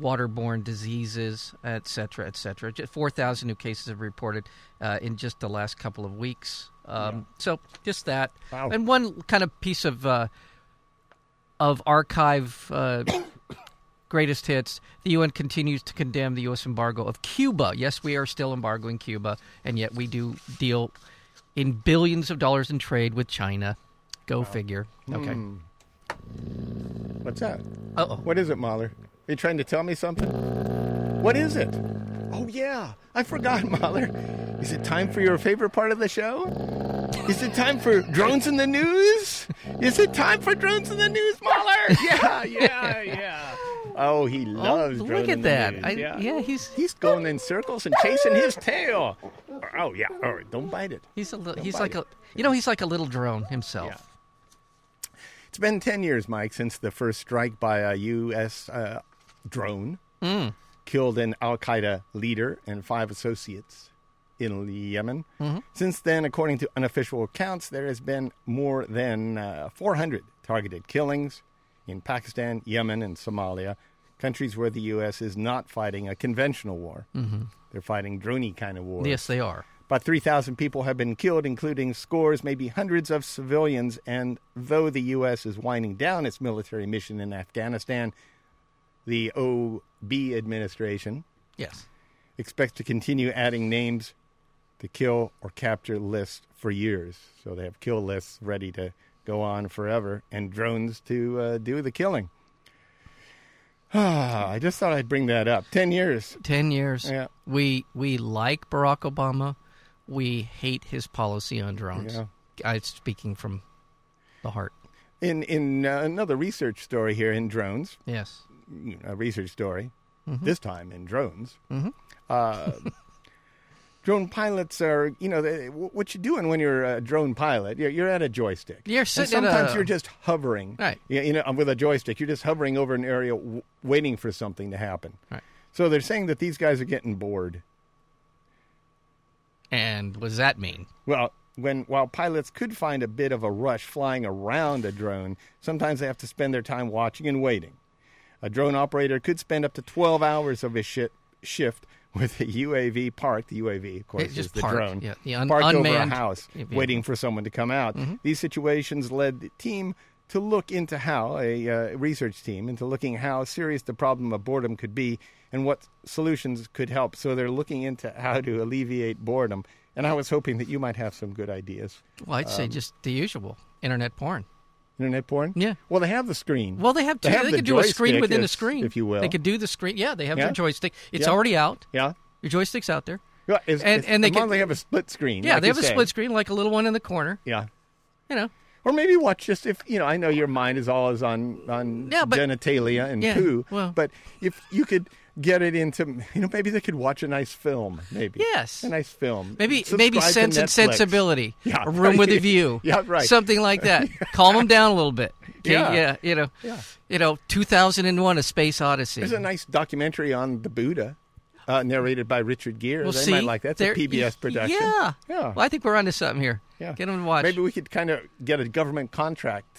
Speaker 1: waterborne diseases, et cetera, et cetera. Ju- 4,000 new cases have reported uh, in just the last couple of weeks. Um, So just that.
Speaker 2: Wow.
Speaker 1: And one kind of piece of uh, of archive uh, greatest hits. The UN continues to condemn the U.S. embargo of Cuba. Yes, we are still embargoing Cuba, and yet we do deal in billions of dollars in trade with China. Go figure. Okay.
Speaker 2: Hmm. What's that?
Speaker 1: Uh oh.
Speaker 2: What is it, Mahler? Are you trying to tell me something? What is it? Oh, yeah. I forgot, Mahler. Is it time for your favorite part of the show? Is it time for drones in the news? Is it time for drones in the news, Mahler? Yeah, yeah, yeah. Oh, he loves drones
Speaker 1: Look
Speaker 2: in
Speaker 1: at
Speaker 2: the
Speaker 1: that.
Speaker 2: news.
Speaker 1: I, yeah. he's
Speaker 2: He's going in circles and chasing his tail. Oh, yeah. All right, don't bite it.
Speaker 1: he's a little
Speaker 2: Don't
Speaker 1: he's
Speaker 2: bite
Speaker 1: like
Speaker 2: it.
Speaker 1: a you know he's like a little drone himself.
Speaker 2: Yeah. It's been 10 years, Mike, since the first strike by a U.S. Uh, drone killed an al Qaeda leader and five associates in Yemen. Since then, according to unofficial accounts, there has been more than uh, 400 targeted killings in Pakistan, Yemen, and Somalia, countries where the U.S. is not fighting a conventional war. They're fighting droney kind of war.
Speaker 1: Yes, they are.
Speaker 2: About 3,000 people have been killed, including scores, maybe hundreds of civilians. And though the U.S. is winding down its military mission in Afghanistan, the OB administration
Speaker 1: Yes.
Speaker 2: expects to continue adding names to kill or capture lists for years. So they have kill lists ready to go on forever and drones to uh, do the killing. Ah, I just thought I'd bring that up. 10 years.
Speaker 1: 10 years.
Speaker 2: Yeah.
Speaker 1: We we like Barack Obama. We hate his policy on drones.
Speaker 2: Yeah.
Speaker 1: I'm speaking from the heart.
Speaker 2: In, in uh, another research story here in drones,
Speaker 1: Yes.
Speaker 2: a research story,
Speaker 1: Mm-hmm.
Speaker 2: this time in drones. Uh, drone pilots are, you know, they, wh- what you doing when you're a drone pilot? You're, you're at a joystick.
Speaker 1: You're
Speaker 2: And
Speaker 1: sitting at
Speaker 2: sometimes
Speaker 1: a-
Speaker 2: you're just hovering.
Speaker 1: Right.
Speaker 2: You, you know, uh, with a joystick, you're just hovering over an area, w- waiting for something to happen.
Speaker 1: Right.
Speaker 2: So they're saying that these guys are getting bored.
Speaker 1: And what does that mean?
Speaker 2: Well, when while pilots could find a bit of a rush flying around a drone, sometimes they have to spend their time watching and waiting. A drone operator could spend up to 12 hours of his shi shift with a UAV parked. The UAV, of course,
Speaker 1: It's just
Speaker 2: is the
Speaker 1: parked,
Speaker 2: drone.
Speaker 1: yeah, the un-
Speaker 2: parked over a
Speaker 1: unmanned
Speaker 2: house,
Speaker 1: vehicle. Mm-hmm.
Speaker 2: waiting for someone to come out. These situations led the team to look into how a uh, research team into looking how serious the problem of boredom could be and what solutions could help. So they're looking into how to alleviate boredom. And I was hoping that you might have some good ideas.
Speaker 1: Well, I'd
Speaker 2: Um,
Speaker 1: say just the usual internet porn.
Speaker 2: Internet porn?
Speaker 1: Yeah.
Speaker 2: Well, they have the screen.
Speaker 1: Well, they have two.
Speaker 2: They
Speaker 1: They,
Speaker 2: have the
Speaker 1: could do a screen
Speaker 2: joystick,
Speaker 1: within a
Speaker 2: if-
Speaker 1: screen,
Speaker 2: if you will.
Speaker 1: They could do the screen. Yeah, they have
Speaker 2: Yeah.
Speaker 1: their joystick. It's
Speaker 2: Yeah.
Speaker 1: already out.
Speaker 2: yeah.
Speaker 1: Your joystick's out there.
Speaker 2: Yeah, it's,
Speaker 1: And-
Speaker 2: it's-
Speaker 1: and they
Speaker 2: as long
Speaker 1: could-
Speaker 2: as they have a split screen.
Speaker 1: Yeah,
Speaker 2: like
Speaker 1: they
Speaker 2: you
Speaker 1: have a
Speaker 2: say.
Speaker 1: split screen, like a little one in the corner.
Speaker 2: Yeah,
Speaker 1: You know.
Speaker 2: or maybe watch just if you know. I know your mind is always on on
Speaker 1: Yeah, but-
Speaker 2: genitalia and
Speaker 1: Yeah,
Speaker 2: poo,
Speaker 1: well-
Speaker 2: but if you could get it into, you know, maybe they could watch a nice film. Maybe
Speaker 1: Yes.
Speaker 2: a nice film.
Speaker 1: Maybe
Speaker 2: Subscribe
Speaker 1: maybe
Speaker 2: to
Speaker 1: sense and
Speaker 2: Netflix.
Speaker 1: sensibility.
Speaker 2: Yeah.
Speaker 1: A room with a view.
Speaker 2: Yeah, right.
Speaker 1: Something like that. Calm them down a little bit. Okay,
Speaker 2: Yeah.
Speaker 1: You know.
Speaker 2: Yeah.
Speaker 1: You know, 2001: A Space Odyssey.
Speaker 2: There's a nice documentary on the Buddha, uh, narrated by Richard Gere.
Speaker 1: Well,
Speaker 2: they
Speaker 1: see,
Speaker 2: might like that. It's
Speaker 1: there-
Speaker 2: a PBS production.
Speaker 1: Yeah.
Speaker 2: Yeah.
Speaker 1: Well, I think we're onto something here.
Speaker 2: Yeah.
Speaker 1: Get them to watch.
Speaker 2: Maybe we could kind of get a government contract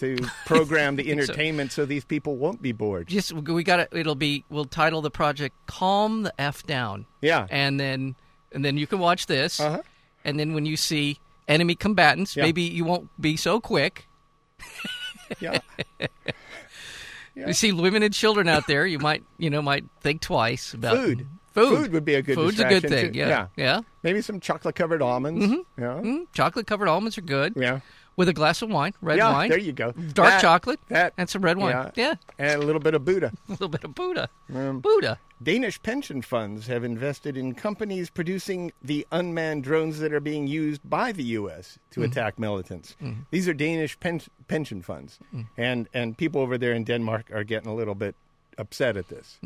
Speaker 2: to program the
Speaker 1: think so.
Speaker 2: entertainment so these people won't be bored.
Speaker 1: just we got to it'll be we'll title the project calm the f down
Speaker 2: Yeah.
Speaker 1: and then and then you can watch this
Speaker 2: Uh-huh.
Speaker 1: and then when you see enemy combatants
Speaker 2: Yeah.
Speaker 1: maybe you won't be so quick
Speaker 2: Yeah.
Speaker 1: you see women and children out there you might you know might think twice about
Speaker 2: Food.
Speaker 1: food
Speaker 2: Food would be a good
Speaker 1: food's a good thing
Speaker 2: distraction, too.
Speaker 1: yeah yeah,
Speaker 2: Maybe some chocolate covered almonds. Yeah.
Speaker 1: Mm-hmm. chocolate covered almonds are good
Speaker 2: Yeah.
Speaker 1: with a glass of wine red
Speaker 2: yeah,
Speaker 1: wine
Speaker 2: there you go.
Speaker 1: dark
Speaker 2: That-
Speaker 1: chocolate
Speaker 2: that-
Speaker 1: and some red wine yeah
Speaker 2: And a little bit of Buddha.
Speaker 1: a little bit of buddha
Speaker 2: Um,
Speaker 1: buddha
Speaker 2: Danish pension funds have invested in companies producing the unmanned drones that are being used by the U.S. to attack militants. These are Danish pen- pension funds, and and people over there in Denmark are getting a little bit upset at this.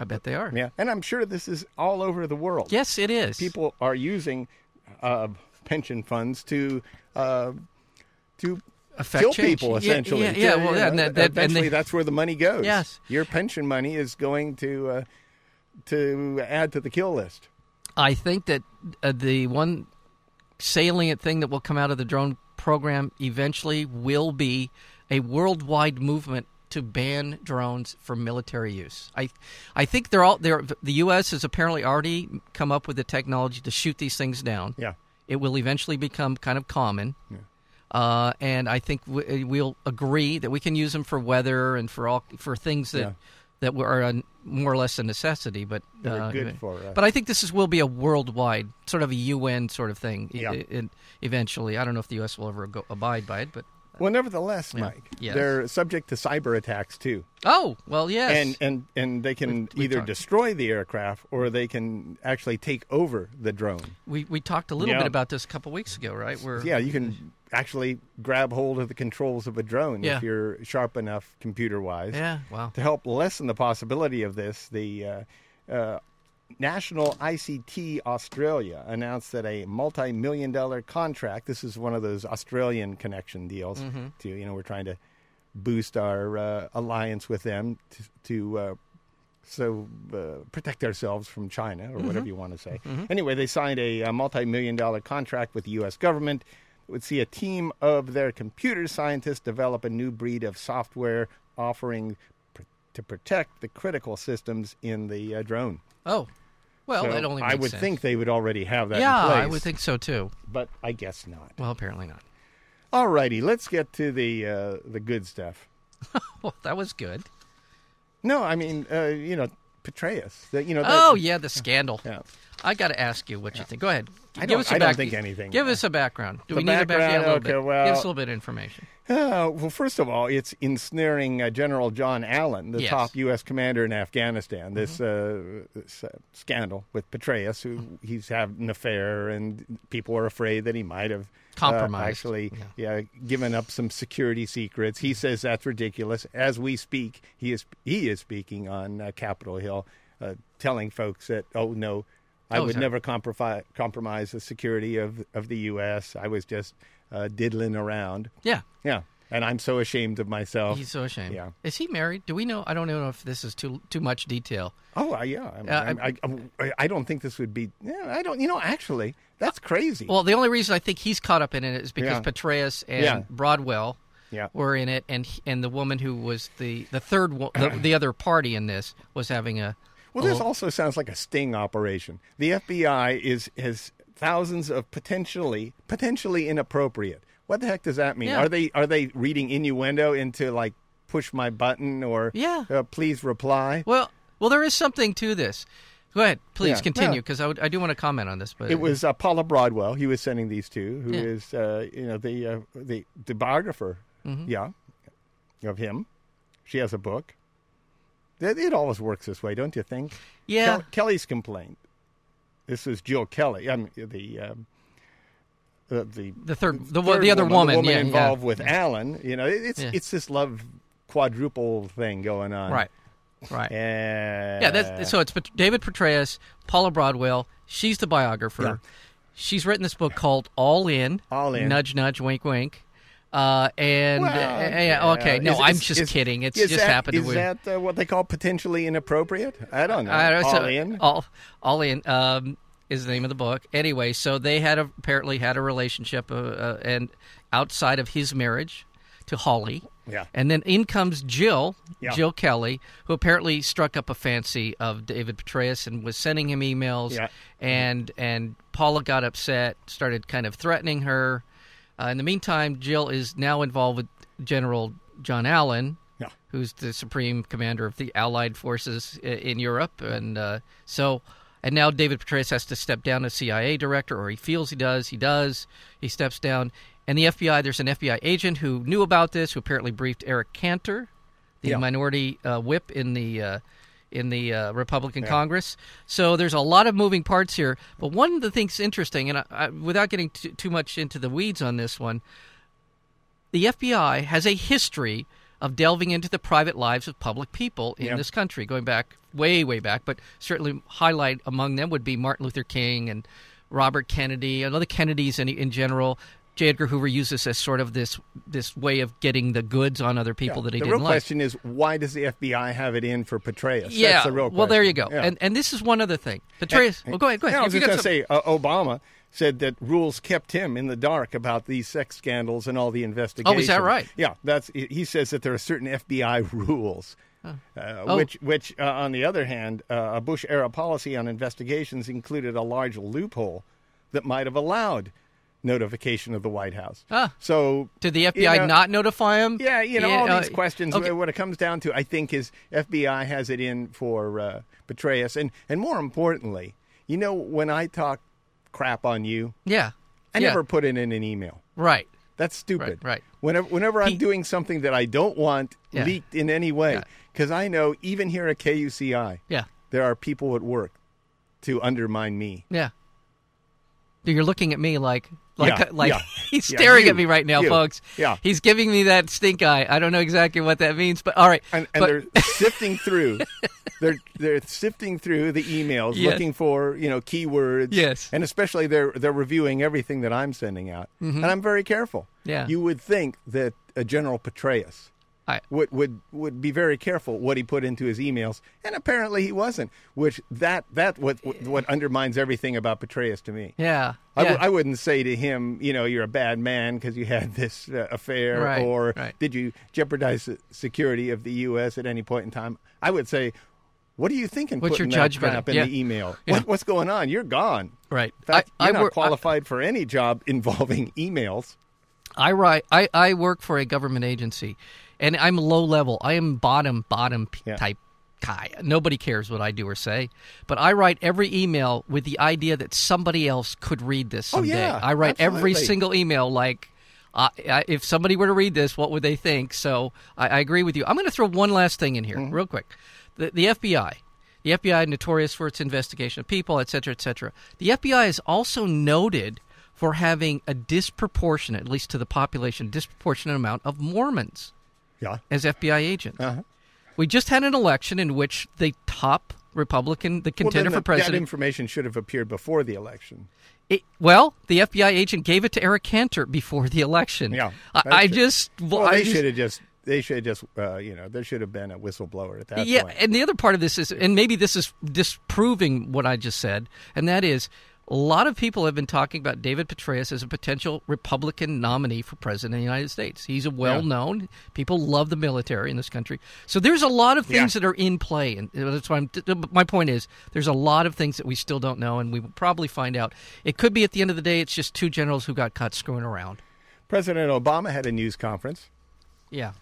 Speaker 1: i bet they are
Speaker 2: Yeah, and I'm sure this is all over the world.
Speaker 1: yes it is
Speaker 2: people are using uh, pension funds to uh, to
Speaker 1: affect
Speaker 2: kill
Speaker 1: change.
Speaker 2: people
Speaker 1: Yeah,
Speaker 2: essentially.
Speaker 1: Yeah, yeah, well, yeah, and that, that- and
Speaker 2: eventually
Speaker 1: they-
Speaker 2: that's where the money goes.
Speaker 1: Yes.
Speaker 2: your pension money is going to uh, to add to the kill list.
Speaker 1: I think that uh, the one salient thing that will come out of the drone program eventually will be a worldwide movement to ban drones for military use. I, I think they're all they're, The U.S. has apparently already come up with the technology to shoot these things down.
Speaker 2: Yeah,
Speaker 1: It will eventually become kind of common. Uh, and I think we, we'll agree that we can use them for weather and for all for things that
Speaker 2: Yeah.
Speaker 1: that were a, more or less a necessity. But
Speaker 2: That are
Speaker 1: uh,
Speaker 2: good for us.
Speaker 1: But I think this is will be a worldwide sort of a UN sort of thing. e-
Speaker 2: Yeah.
Speaker 1: e- eventually, I don't know if the U.S. will ever go, abide by it, but
Speaker 2: Well, nevertheless, Mike,
Speaker 1: Yes.
Speaker 2: they're subject to cyber attacks too,
Speaker 1: oh well, yes,
Speaker 2: and uh, and and they can
Speaker 1: we've
Speaker 2: either
Speaker 1: talked.
Speaker 2: destroy the aircraft or they can actually take over the drone.
Speaker 1: we we talked a little
Speaker 2: Yeah.
Speaker 1: bit about this a couple weeks ago, right? Where
Speaker 2: Yeah, you can actually grab hold of the controls of a drone
Speaker 1: Yeah.
Speaker 2: if you're sharp enough computer wise.
Speaker 1: yeah, wow,
Speaker 2: To help lessen the possibility of this, the uh, uh, National ICT Australia announced that a multi-million dollar contract. This is one of those Australian connection deals. To you know, we're trying to boost our uh, alliance with them to, to uh, so uh, protect ourselves from China or
Speaker 1: Mm-hmm.
Speaker 2: whatever you want to say. Anyway, they signed a, uh multi-million dollar contract with the U.S. government. that would see a team of their computer scientists develop a new breed of software offering pr- to protect the critical systems in the uh, drone.
Speaker 1: oh, well,
Speaker 2: So
Speaker 1: that only
Speaker 2: I
Speaker 1: makes
Speaker 2: would
Speaker 1: sense.
Speaker 2: think they would already have that. in
Speaker 1: yeah, I
Speaker 2: place,
Speaker 1: would think so too.
Speaker 2: but I guess not.
Speaker 1: Well, apparently not.
Speaker 2: All righty, let's get to the uh, the good stuff.
Speaker 1: Well, that was good.
Speaker 2: No, I mean, uh, you know, Petraeus. The, you know, that-
Speaker 1: Oh yeah, the scandal.
Speaker 2: Yeah.
Speaker 1: I got to ask you what you think. Go ahead.
Speaker 2: I
Speaker 1: Give
Speaker 2: don't-
Speaker 1: us a
Speaker 2: I don't
Speaker 1: back-
Speaker 2: think anything.
Speaker 1: Give us a background. Do
Speaker 2: The
Speaker 1: we need a background? Yeah,
Speaker 2: background,
Speaker 1: a little
Speaker 2: okay,
Speaker 1: bit.
Speaker 2: well-
Speaker 1: Give us a little bit of information.
Speaker 2: Uh, well, first of all, it's ensnaring uh, General John Allen, the
Speaker 1: Yes. Mm-hmm.
Speaker 2: top U.S. commander in Afghanistan. This, uh, this uh, scandal with Petraeus, who he's had an affair, and people are afraid that he might have uh,
Speaker 1: Compromised.
Speaker 2: actually, yeah. given up some security secrets.
Speaker 1: Mm-hmm.
Speaker 2: He says that's ridiculous. As we speak, he is he is speaking on uh, Capitol Hill, uh, telling folks that, oh no. I
Speaker 1: Oh,
Speaker 2: would
Speaker 1: sorry.
Speaker 2: never compromise, compromise the security of, of the U.S. I was just uh, diddling around.
Speaker 1: Yeah.
Speaker 2: Yeah, and I'm so ashamed of myself.
Speaker 1: He's so ashamed.
Speaker 2: Yeah.
Speaker 1: Is he married? Do we know? I don't know if this is too too much detail.
Speaker 2: oh, I- yeah. I, mean,
Speaker 1: Uh,
Speaker 2: I'm- I, I, I don't think this would be. Yeah, I don't. You know, actually, that's crazy.
Speaker 1: Well, the only reason I think he's caught up in it is because
Speaker 2: Yeah.
Speaker 1: Petraeus and
Speaker 2: Yeah.
Speaker 1: Broadwell
Speaker 2: Yeah.
Speaker 1: were in it, and and the woman who was the the third wo- the, the other party in this was having a.
Speaker 2: Well,
Speaker 1: oh.
Speaker 2: this also sounds like a sting operation. The FBI is has thousands of potentially potentially inappropriate. What the heck does that mean?
Speaker 1: Yeah.
Speaker 2: Are they are they reading innuendo into like push my button or
Speaker 1: Yeah.
Speaker 2: uh, please reply?
Speaker 1: well, well, there is something to this. Go ahead, please
Speaker 2: Yeah.
Speaker 1: continue
Speaker 2: Yeah.
Speaker 1: because I would I do want to comment on this, but
Speaker 2: It was uh, Paula Broadwell. He was sending these two, who
Speaker 1: Yeah.
Speaker 2: is uh, you know the uh, the the biographer,
Speaker 1: Mm-hmm.
Speaker 2: yeah, of him. She has a book. It, it always works this way, don't you think?
Speaker 1: yeah.
Speaker 2: Kel- Kelly's complaint. This is Jill Kelly. I mean the. Um, the, the,
Speaker 1: The third, the,
Speaker 2: third
Speaker 1: the other woman,
Speaker 2: the woman
Speaker 1: yeah, yeah.
Speaker 2: involved with Alan, you know, it, it's
Speaker 1: Yeah.
Speaker 2: it's this love quadruple thing going on,
Speaker 1: right, right.
Speaker 2: And
Speaker 1: Yeah, that's, so it's Pet- David Petraeus, Paula Broadwell. She's the biographer. She's written this book called All In.
Speaker 2: All In.
Speaker 1: Nudge, nudge, wink, wink. Uh, and
Speaker 2: Well,
Speaker 1: uh, yeah,
Speaker 2: yeah.
Speaker 1: okay, no,
Speaker 2: Is-
Speaker 1: I'm
Speaker 2: is-
Speaker 1: just
Speaker 2: is-
Speaker 1: kidding. It's
Speaker 2: is
Speaker 1: just
Speaker 2: that-
Speaker 1: happened.
Speaker 2: Is
Speaker 1: to
Speaker 2: that uh, what they call potentially inappropriate? I don't know.
Speaker 1: I don't know, so-
Speaker 2: All in?
Speaker 1: All, all in. Um, is the name of the book. Anyway, so they had a, apparently had a relationship, uh, uh, and outside of his marriage to Holly.
Speaker 2: Yeah.
Speaker 1: And then in comes Jill,
Speaker 2: Yeah.
Speaker 1: Jill Kelly, who apparently struck up a fancy of David Petraeus and was sending him emails.
Speaker 2: Yeah.
Speaker 1: And and Paula got upset, started kind of threatening her. Uh, in the meantime, Jill is now involved with General John Allen,
Speaker 2: Yeah.
Speaker 1: who's the supreme commander of the Allied forces i- in Europe, and uh, so and now David Petraeus has to step down as CIA director, or he feels he does. He does. He steps down, and the FBI. There's an FBI agent who knew about this, who apparently briefed Eric Cantor, the
Speaker 2: Yeah.
Speaker 1: minority uh, whip in the. Uh, in the uh, Republican Congress, so there's a lot of moving parts here. But one of the things interesting, and I, I, without getting too, too much into the weeds on this one, the FBI has a history of delving into the private lives of public people in
Speaker 2: Yeah.
Speaker 1: this country, going back way, way back. But certainly, highlight among them would be Martin Luther King and Robert Kennedy, and other Kennedys in, in general. J. Edgar Hoover used this as sort of this this way of getting the goods on other people that he
Speaker 2: the
Speaker 1: didn't
Speaker 2: real
Speaker 1: like.
Speaker 2: question is why does the FBI have it in for Petraeus?
Speaker 1: yeah.
Speaker 2: That's the real question.
Speaker 1: well, there you go.
Speaker 2: Yeah.
Speaker 1: And and this is one other thing. Petraeus. well, go ahead. Go ahead.
Speaker 2: Yeah, I was
Speaker 1: If you
Speaker 2: just going
Speaker 1: got
Speaker 2: to
Speaker 1: some-
Speaker 2: say uh, Obama said that rules kept him in the dark about these sex scandals and all the investigations.
Speaker 1: Oh, right?
Speaker 2: Yeah, that's he he says that there are certain FBI rules. Uh,
Speaker 1: Oh.
Speaker 2: Which, which, uh, on the other hand, uh, a Bush era policy on investigations included a large loophole that might have allowed notification of the White House.
Speaker 1: Ah.
Speaker 2: So,
Speaker 1: Did the
Speaker 2: you
Speaker 1: FBI
Speaker 2: know-
Speaker 1: not notify him?
Speaker 2: yeah, you know, all these
Speaker 1: uh,
Speaker 2: questions.
Speaker 1: okay.
Speaker 2: What it comes down to, I think, is FBI has it in for uh, Petraeus, and and more importantly, you know, when I talk crap on you,
Speaker 1: Yeah.
Speaker 2: I
Speaker 1: Yeah.
Speaker 2: never put it in an email.
Speaker 1: Right.
Speaker 2: That's stupid.
Speaker 1: Right, right.
Speaker 2: Whenever whenever I'm doing something that I don't want
Speaker 1: Yeah.
Speaker 2: leaked in any way,
Speaker 1: Yeah.
Speaker 2: because I know even here at KUCI,
Speaker 1: Yeah.
Speaker 2: there are people at work to undermine me.
Speaker 1: Yeah. You're looking at me like like
Speaker 2: Yeah,
Speaker 1: like
Speaker 2: yeah.
Speaker 1: he's
Speaker 2: Yeah,
Speaker 1: staring
Speaker 2: you,
Speaker 1: at me right now,
Speaker 2: you.
Speaker 1: folks.
Speaker 2: Yeah.
Speaker 1: He's giving me that stink eye. I don't know exactly what that means, but all right.
Speaker 2: and, and
Speaker 1: But-
Speaker 2: they're sifting through they're they're sifting through the emails
Speaker 1: Yes.
Speaker 2: looking for you know keywords
Speaker 1: Yes.
Speaker 2: and especially they're they're reviewing everything that i'm sending out and i'm very careful
Speaker 1: Mm-hmm. Yeah.
Speaker 2: you would think that a general petraeus
Speaker 1: I-
Speaker 2: would, would would be very careful what he put into his emails, and apparently he wasn't. Which that that what what undermines everything about Petraeus to me.
Speaker 1: yeah.
Speaker 2: I,
Speaker 1: yeah.
Speaker 2: w- I wouldn't say to him, you know, you're a bad man because you had this uh, affair,
Speaker 1: Right,
Speaker 2: or
Speaker 1: right.
Speaker 2: did you jeopardize the security of the U.S. at any point in time? I would say, what are you thinking?
Speaker 1: What's
Speaker 2: putting
Speaker 1: your
Speaker 2: that
Speaker 1: judgment?
Speaker 2: crap in
Speaker 1: Yeah.
Speaker 2: the email?
Speaker 1: Yeah.
Speaker 2: What, what's going on? You're gone.
Speaker 1: Right.
Speaker 2: In fact,
Speaker 1: I- I
Speaker 2: you're not
Speaker 1: wor- I-
Speaker 2: qualified for any job involving emails.
Speaker 1: I write. I, I work for a government agency, and I'm low level. I am bottom bottom p-
Speaker 2: Yeah.
Speaker 1: type guy. Nobody cares what I do or say, but I write every email with the idea that somebody else could read this
Speaker 2: Oh,
Speaker 1: someday.
Speaker 2: yeah,
Speaker 1: I write every
Speaker 2: absolutely.
Speaker 1: single email like. Uh, I, if somebody were to read this, what would they think? So I, I agree with you. I'm going to throw one last thing in here,
Speaker 2: Mm-hmm.
Speaker 1: real quick. The, the FBI, the FBI notorious for its investigation of people, et cetera, et cetera. The FBI is also noted for having a disproportionate, at least to the population, disproportionate amount of Mormons
Speaker 2: Yeah.
Speaker 1: as FBI agents.
Speaker 2: Uh-huh.
Speaker 1: We just had an election in which the top Republican, the
Speaker 2: Well, then
Speaker 1: contender
Speaker 2: the-
Speaker 1: for president,
Speaker 2: That information should have appeared before the election.
Speaker 1: it, well, the FBI agent gave it to Eric Cantor before the election.
Speaker 2: Yeah,
Speaker 1: I,
Speaker 2: that's
Speaker 1: I
Speaker 2: true.
Speaker 1: just
Speaker 2: Well,
Speaker 1: I
Speaker 2: they
Speaker 1: just-
Speaker 2: should have just. They should have just. Uh, you know, there should have been a whistleblower at that
Speaker 1: yeah,
Speaker 2: point.
Speaker 1: and the other part of this is, and maybe this is disproving what I just said, and that is a lot of people have been talking about David Petraeus as a potential Republican nominee for president of the United States. He's a well known, people love the military in this country. So there's a lot of things
Speaker 2: Yeah.
Speaker 1: that are in play, and that's why I'm, my point is there's a lot of things that we still don't know, and we will probably find out. It could be at the end of the day, it's just two generals who got caught screwing around.
Speaker 2: President Obama had a news conference.
Speaker 1: Yeah,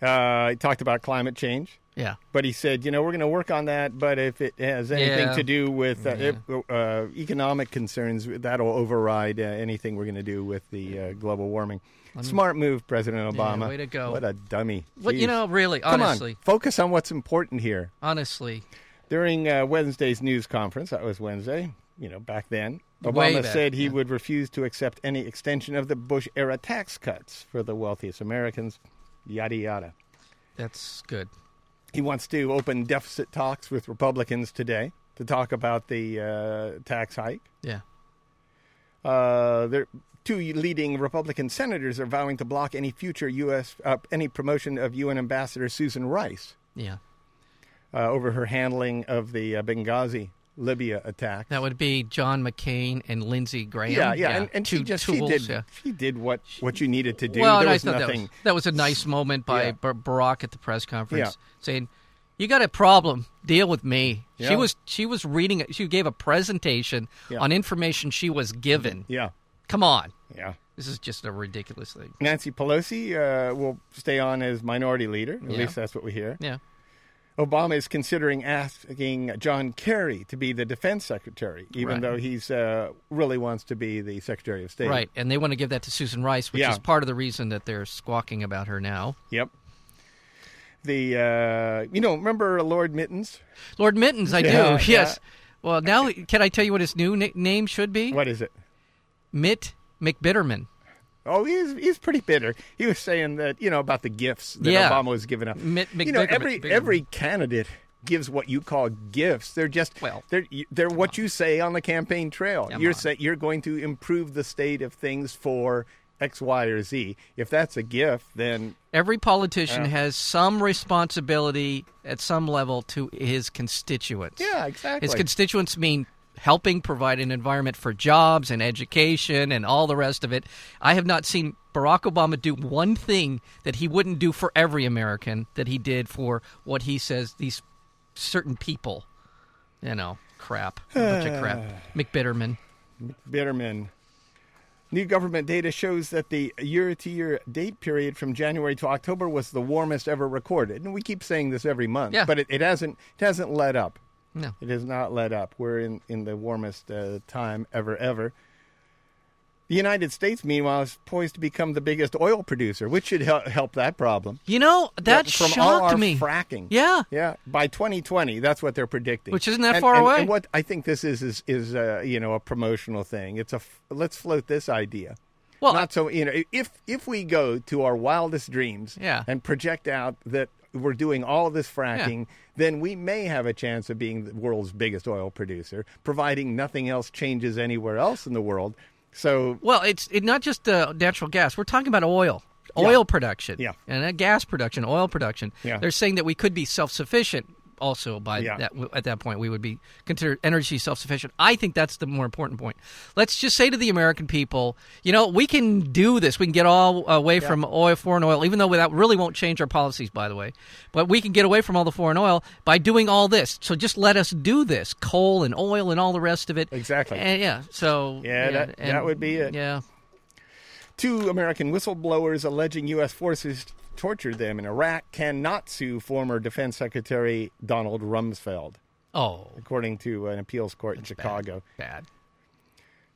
Speaker 2: Uh, he talked about climate change,
Speaker 1: yeah,
Speaker 2: but he said, you know, we're going to work on that. But if it has anything
Speaker 1: Yeah.
Speaker 2: to do with uh, if- uh, economic concerns, that'll override uh, anything we're going to do with the uh, global warming. Smart move, President
Speaker 1: Yeah,
Speaker 2: Obama.
Speaker 1: way to go.
Speaker 2: What a dummy.
Speaker 1: Well, you
Speaker 2: Jeez.
Speaker 1: know, really,
Speaker 2: Come
Speaker 1: honestly.
Speaker 2: on, focus on what's important here.
Speaker 1: honestly.
Speaker 2: During uh, Wednesday's news conference, that was Wednesday, you know, back then,
Speaker 1: Way
Speaker 2: Obama
Speaker 1: back,
Speaker 2: said he
Speaker 1: yeah.
Speaker 2: would refuse to accept any extension of the Bush era tax cuts for the wealthiest Americans, yada, yada.
Speaker 1: That's good.
Speaker 2: He wants to open deficit talks with Republicans today to talk about the uh, tax hike.
Speaker 1: Yeah.
Speaker 2: Uh, there, two leading Republican senators are vowing to block any future U.S. Uh, any promotion of UN Ambassador Susan Rice
Speaker 1: Yeah.
Speaker 2: uh, over her handling of the uh, Benghazi, Libya attack.
Speaker 1: That would be John McCain and Lindsey Graham.
Speaker 2: yeah, yeah, and, and she
Speaker 1: two
Speaker 2: just
Speaker 1: tools.
Speaker 2: she did
Speaker 1: yeah.
Speaker 2: she did what what you needed to do.
Speaker 1: Well, and
Speaker 2: there
Speaker 1: I
Speaker 2: was
Speaker 1: thought
Speaker 2: nothing.
Speaker 1: that was that was a nice moment by
Speaker 2: Yeah.
Speaker 1: Bar- Barack at the press conference
Speaker 2: Yeah.
Speaker 1: saying, "You got a problem? Deal with me."
Speaker 2: Yeah.
Speaker 1: She was she was reading. it- She gave a presentation
Speaker 2: Yeah.
Speaker 1: on information she was given.
Speaker 2: yeah,
Speaker 1: Come on,
Speaker 2: yeah.
Speaker 1: this is just a ridiculous thing.
Speaker 2: Nancy Pelosi uh, will stay on as minority leader. At
Speaker 1: Yeah.
Speaker 2: least that's what we hear.
Speaker 1: Yeah.
Speaker 2: Obama is considering asking John Kerry to be the defense secretary, even
Speaker 1: Right.
Speaker 2: though he's uh, really wants to be the secretary of state.
Speaker 1: Right, and they want to give that to Susan Rice, which
Speaker 2: Yeah.
Speaker 1: is part of the reason that they're squawking about her now.
Speaker 2: Yep. The uh, you know remember Lord Mittens?
Speaker 1: Lord Mittens, I
Speaker 2: Yeah,
Speaker 1: do.
Speaker 2: yeah.
Speaker 1: Yes. Well, now can I tell you what his new na- name should be?
Speaker 2: What is it?
Speaker 1: Mitt McBitterman.
Speaker 2: Oh, he's he's pretty bitter. He was saying that you know about the gifts that
Speaker 1: Yeah.
Speaker 2: Obama was giving up.
Speaker 1: Mitt
Speaker 2: you know,
Speaker 1: McBigger-
Speaker 2: every
Speaker 1: Bigger-
Speaker 2: every candidate gives what you call gifts. They're just
Speaker 1: Well,
Speaker 2: they're they're what you say on the campaign trail. You're say, you're going to improve the state of things for X, Y, or Z. If that's a gift, then
Speaker 1: Every politician has some responsibility at some level to his constituents.
Speaker 2: yeah, exactly.
Speaker 1: His constituents mean helping provide an environment for jobs and education and all the rest of it. I have not seen Barack Obama do one thing that he wouldn't do for every American that he did for what he says these certain people. You know, crap. A bunch of crap. McBitterman.
Speaker 2: Bitterman. New government data shows that the year to year date period from January to October was the warmest ever recorded. And we keep saying this every month,
Speaker 1: Yeah.
Speaker 2: but it, it hasn't it hasn't let up.
Speaker 1: No.
Speaker 2: It has not let up. We're in, in the warmest uh, time ever, ever. The United States, meanwhile, is poised to become the biggest oil producer, which should hel- help that problem.
Speaker 1: You know, that
Speaker 2: from
Speaker 1: shocked
Speaker 2: all our
Speaker 1: me.
Speaker 2: fracking.
Speaker 1: Yeah.
Speaker 2: Yeah, by 2020, that's what they're predicting.
Speaker 1: Which isn't that
Speaker 2: And-
Speaker 1: far
Speaker 2: and-
Speaker 1: away.
Speaker 2: And what I think this is is is uh, you know a promotional thing. It's a f- let's float this idea.
Speaker 1: Well,
Speaker 2: not so you know if if we go to our wildest dreams
Speaker 1: Yeah.
Speaker 2: and project out that we're doing all this fracking, then we may have a chance of being the world's biggest oil producer, providing nothing else changes anywhere else in the world. So
Speaker 1: Well, it's it, not just uh, natural gas. We're talking about oil, oil production,
Speaker 2: Yeah.
Speaker 1: and uh, gas production, oil production.
Speaker 2: Yeah.
Speaker 1: They're saying that we could be self-sufficient. Also, by
Speaker 2: Yeah.
Speaker 1: that at that point, we would be considered energy self-sufficient. I think that's the more important point. Let's just say to the American people, you know, we can do this. We can get all away from oil, foreign oil, even though that really won't change our policies, by the way. But we can get away from all the foreign oil by doing all this. So just let us do this: coal and oil and all the rest of it.
Speaker 2: Exactly.
Speaker 1: And, yeah. So
Speaker 2: Yeah, that- that would be it.
Speaker 1: Yeah.
Speaker 2: Two American whistleblowers alleging U.S. forces tortured them in Iraq cannot sue former Defense Secretary Donald Rumsfeld,
Speaker 1: Oh,
Speaker 2: according to an appeals court in Chicago.
Speaker 1: bad.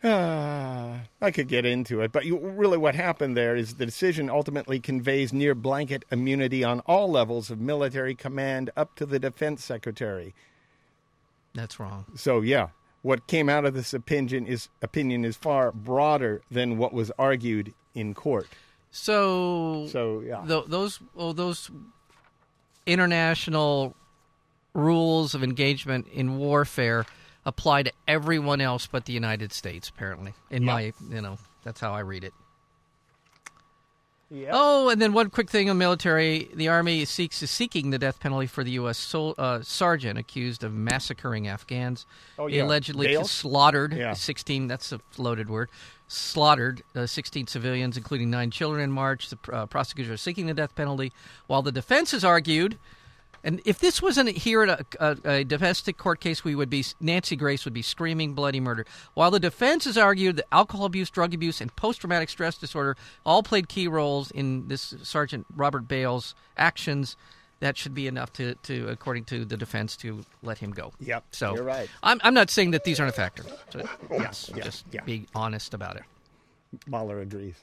Speaker 2: Ah, I could get into it, but you, really what happened there is the decision ultimately conveys near blanket immunity on all levels of military command up to the defense secretary.
Speaker 1: That's wrong.
Speaker 2: So yeah, what came out of this opinion is opinion is far broader than what was argued in court.
Speaker 1: So,
Speaker 2: So yeah.
Speaker 1: tho- those oh those international rules of engagement in warfare apply to everyone else but the United States. Apparently, in my you know that's how I read it.
Speaker 2: yeah.
Speaker 1: Oh, and then one quick thing on military: the army seeks is seeking the death penalty for the U.S. Sol- uh, sergeant accused of massacring Afghans.
Speaker 2: Oh,
Speaker 1: He
Speaker 2: yeah.
Speaker 1: allegedly
Speaker 2: Dale?
Speaker 1: slaughtered
Speaker 2: Yeah.
Speaker 1: sixteen. That's a loaded word. Slaughtered uh, sixteen civilians, including nine children, in March. The pr- uh, prosecutors are seeking the death penalty, while the defense has argued. And if this wasn't here at a, a, a domestic court case, we would be Nancy Grace would be screaming bloody murder. While the defense has argued that alcohol abuse, drug abuse, and post-traumatic stress disorder all played key roles in this Sergeant Robert Bale's actions, that should be enough to, to according to the defense, to let him go.
Speaker 2: Yep,
Speaker 1: So
Speaker 2: you're right.
Speaker 1: I'm, I'm not saying that these aren't a factor. So, yes,
Speaker 2: yeah,
Speaker 1: just
Speaker 2: yeah.
Speaker 1: be honest about it.
Speaker 2: Mahler agrees.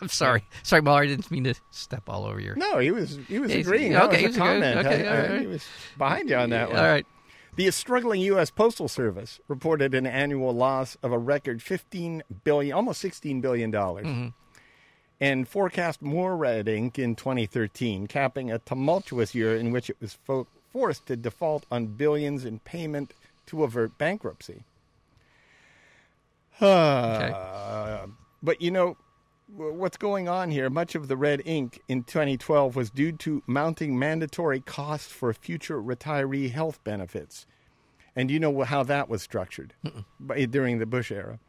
Speaker 1: I'm sorry, sorry, Molly, I didn't mean to step all over your.
Speaker 2: No, he was he was
Speaker 1: He's-
Speaker 2: agreeing.
Speaker 1: okay,
Speaker 2: that was
Speaker 1: he's
Speaker 2: a
Speaker 1: agreeing.
Speaker 2: comment.
Speaker 1: Okay,
Speaker 2: I- I-
Speaker 1: all right.
Speaker 2: He was behind you on that one.
Speaker 1: All right.
Speaker 2: The struggling U.S. Postal Service reported an annual loss of a record 15 billion, almost 16 billion dollars,
Speaker 1: Mm-hmm.
Speaker 2: and forecast more red ink in 2013, capping a tumultuous year in which it was fo- forced to default on billions in payment to avert bankruptcy.
Speaker 1: Hmm.
Speaker 2: Uh, but you know w- what's going on here much of the red ink in 2012 was due to mounting mandatory costs for future retiree health benefits and you know wh- how that was structured by, during the bush era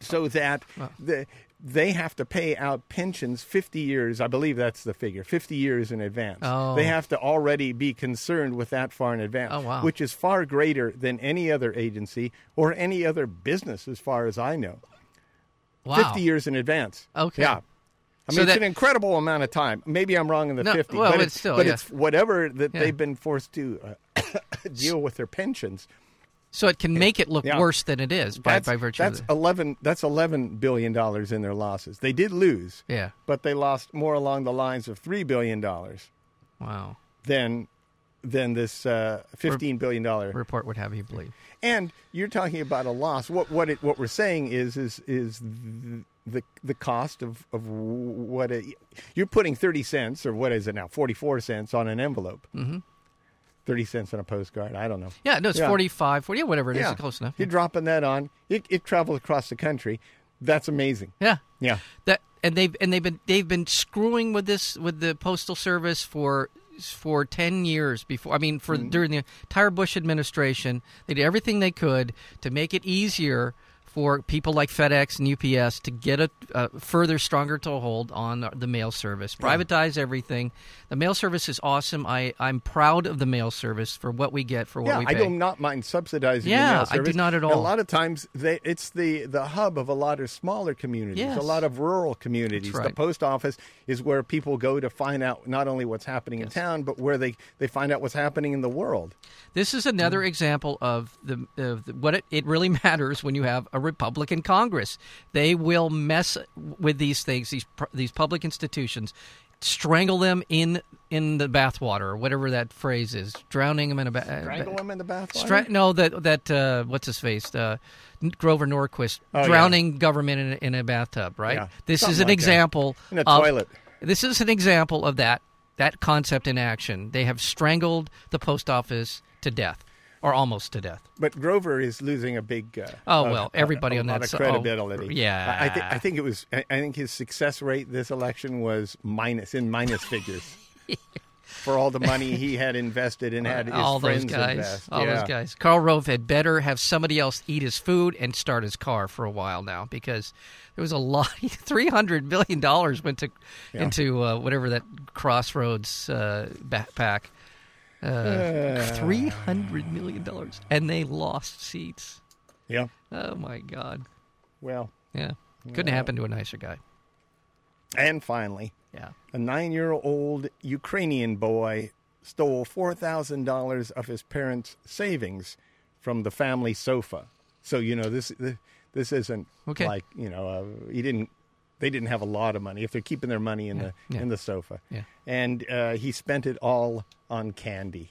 Speaker 2: so that the, they have to pay out pensions 50 years i believe that's the figure 50 years in advance
Speaker 1: Oh.
Speaker 2: they have to already be concerned with that far in advance
Speaker 1: Oh, wow.
Speaker 2: which is far greater than any other agency or any other business as far as i know
Speaker 1: Wow.
Speaker 2: 50 years in advance.
Speaker 1: Okay.
Speaker 2: Yeah. I mean,
Speaker 1: So
Speaker 2: it's
Speaker 1: that-
Speaker 2: an incredible amount of time. Maybe I'm wrong in the
Speaker 1: No,
Speaker 2: 50,
Speaker 1: well,
Speaker 2: but,
Speaker 1: it's still,
Speaker 2: but
Speaker 1: yeah.
Speaker 2: it's whatever that
Speaker 1: Yeah.
Speaker 2: they've been forced to uh, deal with their pensions.
Speaker 1: So it can make it look
Speaker 2: Yeah.
Speaker 1: worse than it is by,
Speaker 2: that's,
Speaker 1: by virtue
Speaker 2: that's
Speaker 1: of the,
Speaker 2: 11 that's 11 billion dollars in their losses. They did lose.
Speaker 1: Yeah.
Speaker 2: But they lost more along the lines of 3 billion dollars
Speaker 1: Wow.
Speaker 2: than than this uh, 15 billion dollar
Speaker 1: Report would have you believe.
Speaker 2: And you're talking about a loss. What what it, what we're saying is is is th- the the cost of of what a, you're putting thirty cents or what is it now forty four cents on an envelope. Mm-hmm. Thirty cents on a postcard. I don't know.
Speaker 1: Yeah, no, it's
Speaker 2: Yeah.
Speaker 1: 45, 40, yeah, whatever it is, it's close enough.
Speaker 2: You're dropping that on. It, it travels across the country. That's amazing.
Speaker 1: Yeah.
Speaker 2: Yeah.
Speaker 1: That and they've and they've been they've been screwing with this with the postal service for for 10 years before I mean for
Speaker 2: Mm-hmm.
Speaker 1: during the entire Bush administration they did everything they could to make it easier for people like FedEx and UPS to get a, a further stronger toehold on the mail service privatize everything the mail service is awesome I I'm proud of the mail service for what we get for what
Speaker 2: Yeah,
Speaker 1: we
Speaker 2: I
Speaker 1: pay
Speaker 2: do not mind subsidizing. the
Speaker 1: Yeah,
Speaker 2: mail
Speaker 1: I do
Speaker 2: service.
Speaker 1: not at
Speaker 2: A
Speaker 1: all.
Speaker 2: lot of times, they, it's the, the hub of a lot of smaller communities, a
Speaker 1: Yes.
Speaker 2: lot of rural communities.
Speaker 1: That's
Speaker 2: The
Speaker 1: right.
Speaker 2: post office is where people go to find out not only what's happening in town, but where they, they find out what's happening in the world.
Speaker 1: This is another example of the of the, what it, it really matters when you have a Republican Congress. They will mess with these things, these pr- these public institutions, strangle them in in the bathwater, or whatever that phrase is, drowning them in a ba- uh,
Speaker 2: Strangle them in the bathwater.
Speaker 1: Stra- no, that that uh, what's his face, uh, Grover Norquist
Speaker 2: Oh, yeah.
Speaker 1: drowning government in, in a bathtub, right?
Speaker 2: Yeah.
Speaker 1: This
Speaker 2: Something
Speaker 1: is an
Speaker 2: like that.
Speaker 1: example
Speaker 2: In a
Speaker 1: of-
Speaker 2: toilet.
Speaker 1: This is an example of that that concept in action. They have strangled the post office to death, or almost to death.
Speaker 2: But Grover is losing a big. Uh,
Speaker 1: Oh,
Speaker 2: a-
Speaker 1: well, everybody
Speaker 2: a, a
Speaker 1: on
Speaker 2: lot
Speaker 1: that
Speaker 2: of
Speaker 1: side- oh,
Speaker 2: credibility.
Speaker 1: yeah.
Speaker 2: I, I, thi- I think it was. I, I think his success rate this election was minus in minus figures for all the money he had invested and had his
Speaker 1: all those
Speaker 2: friends
Speaker 1: guys,
Speaker 2: invest.
Speaker 1: all
Speaker 2: yeah.
Speaker 1: those guys. Karl Rove had better have somebody else eat his food and start his car for a while now because there was a lot. Three hundred billion dollars went to into uh, whatever that Crossroads uh, backpack. Uh, Three hundred million dollars, and they lost seats.
Speaker 2: Yeah.
Speaker 1: Oh my God!
Speaker 2: Well,
Speaker 1: Yeah, couldn't happen to a nicer guy.
Speaker 2: and finally,
Speaker 1: Yeah.
Speaker 2: a nine-year-old Ukrainian boy stole four thousand dollars of his parents' savings from the family sofa. So you know this. This, this isn't
Speaker 1: Okay.
Speaker 2: like you know uh, he didn't. They didn't have a lot of money if they're keeping their money in the
Speaker 1: yeah.
Speaker 2: in the sofa.
Speaker 1: Yeah.
Speaker 2: And uh, he spent it all on candy.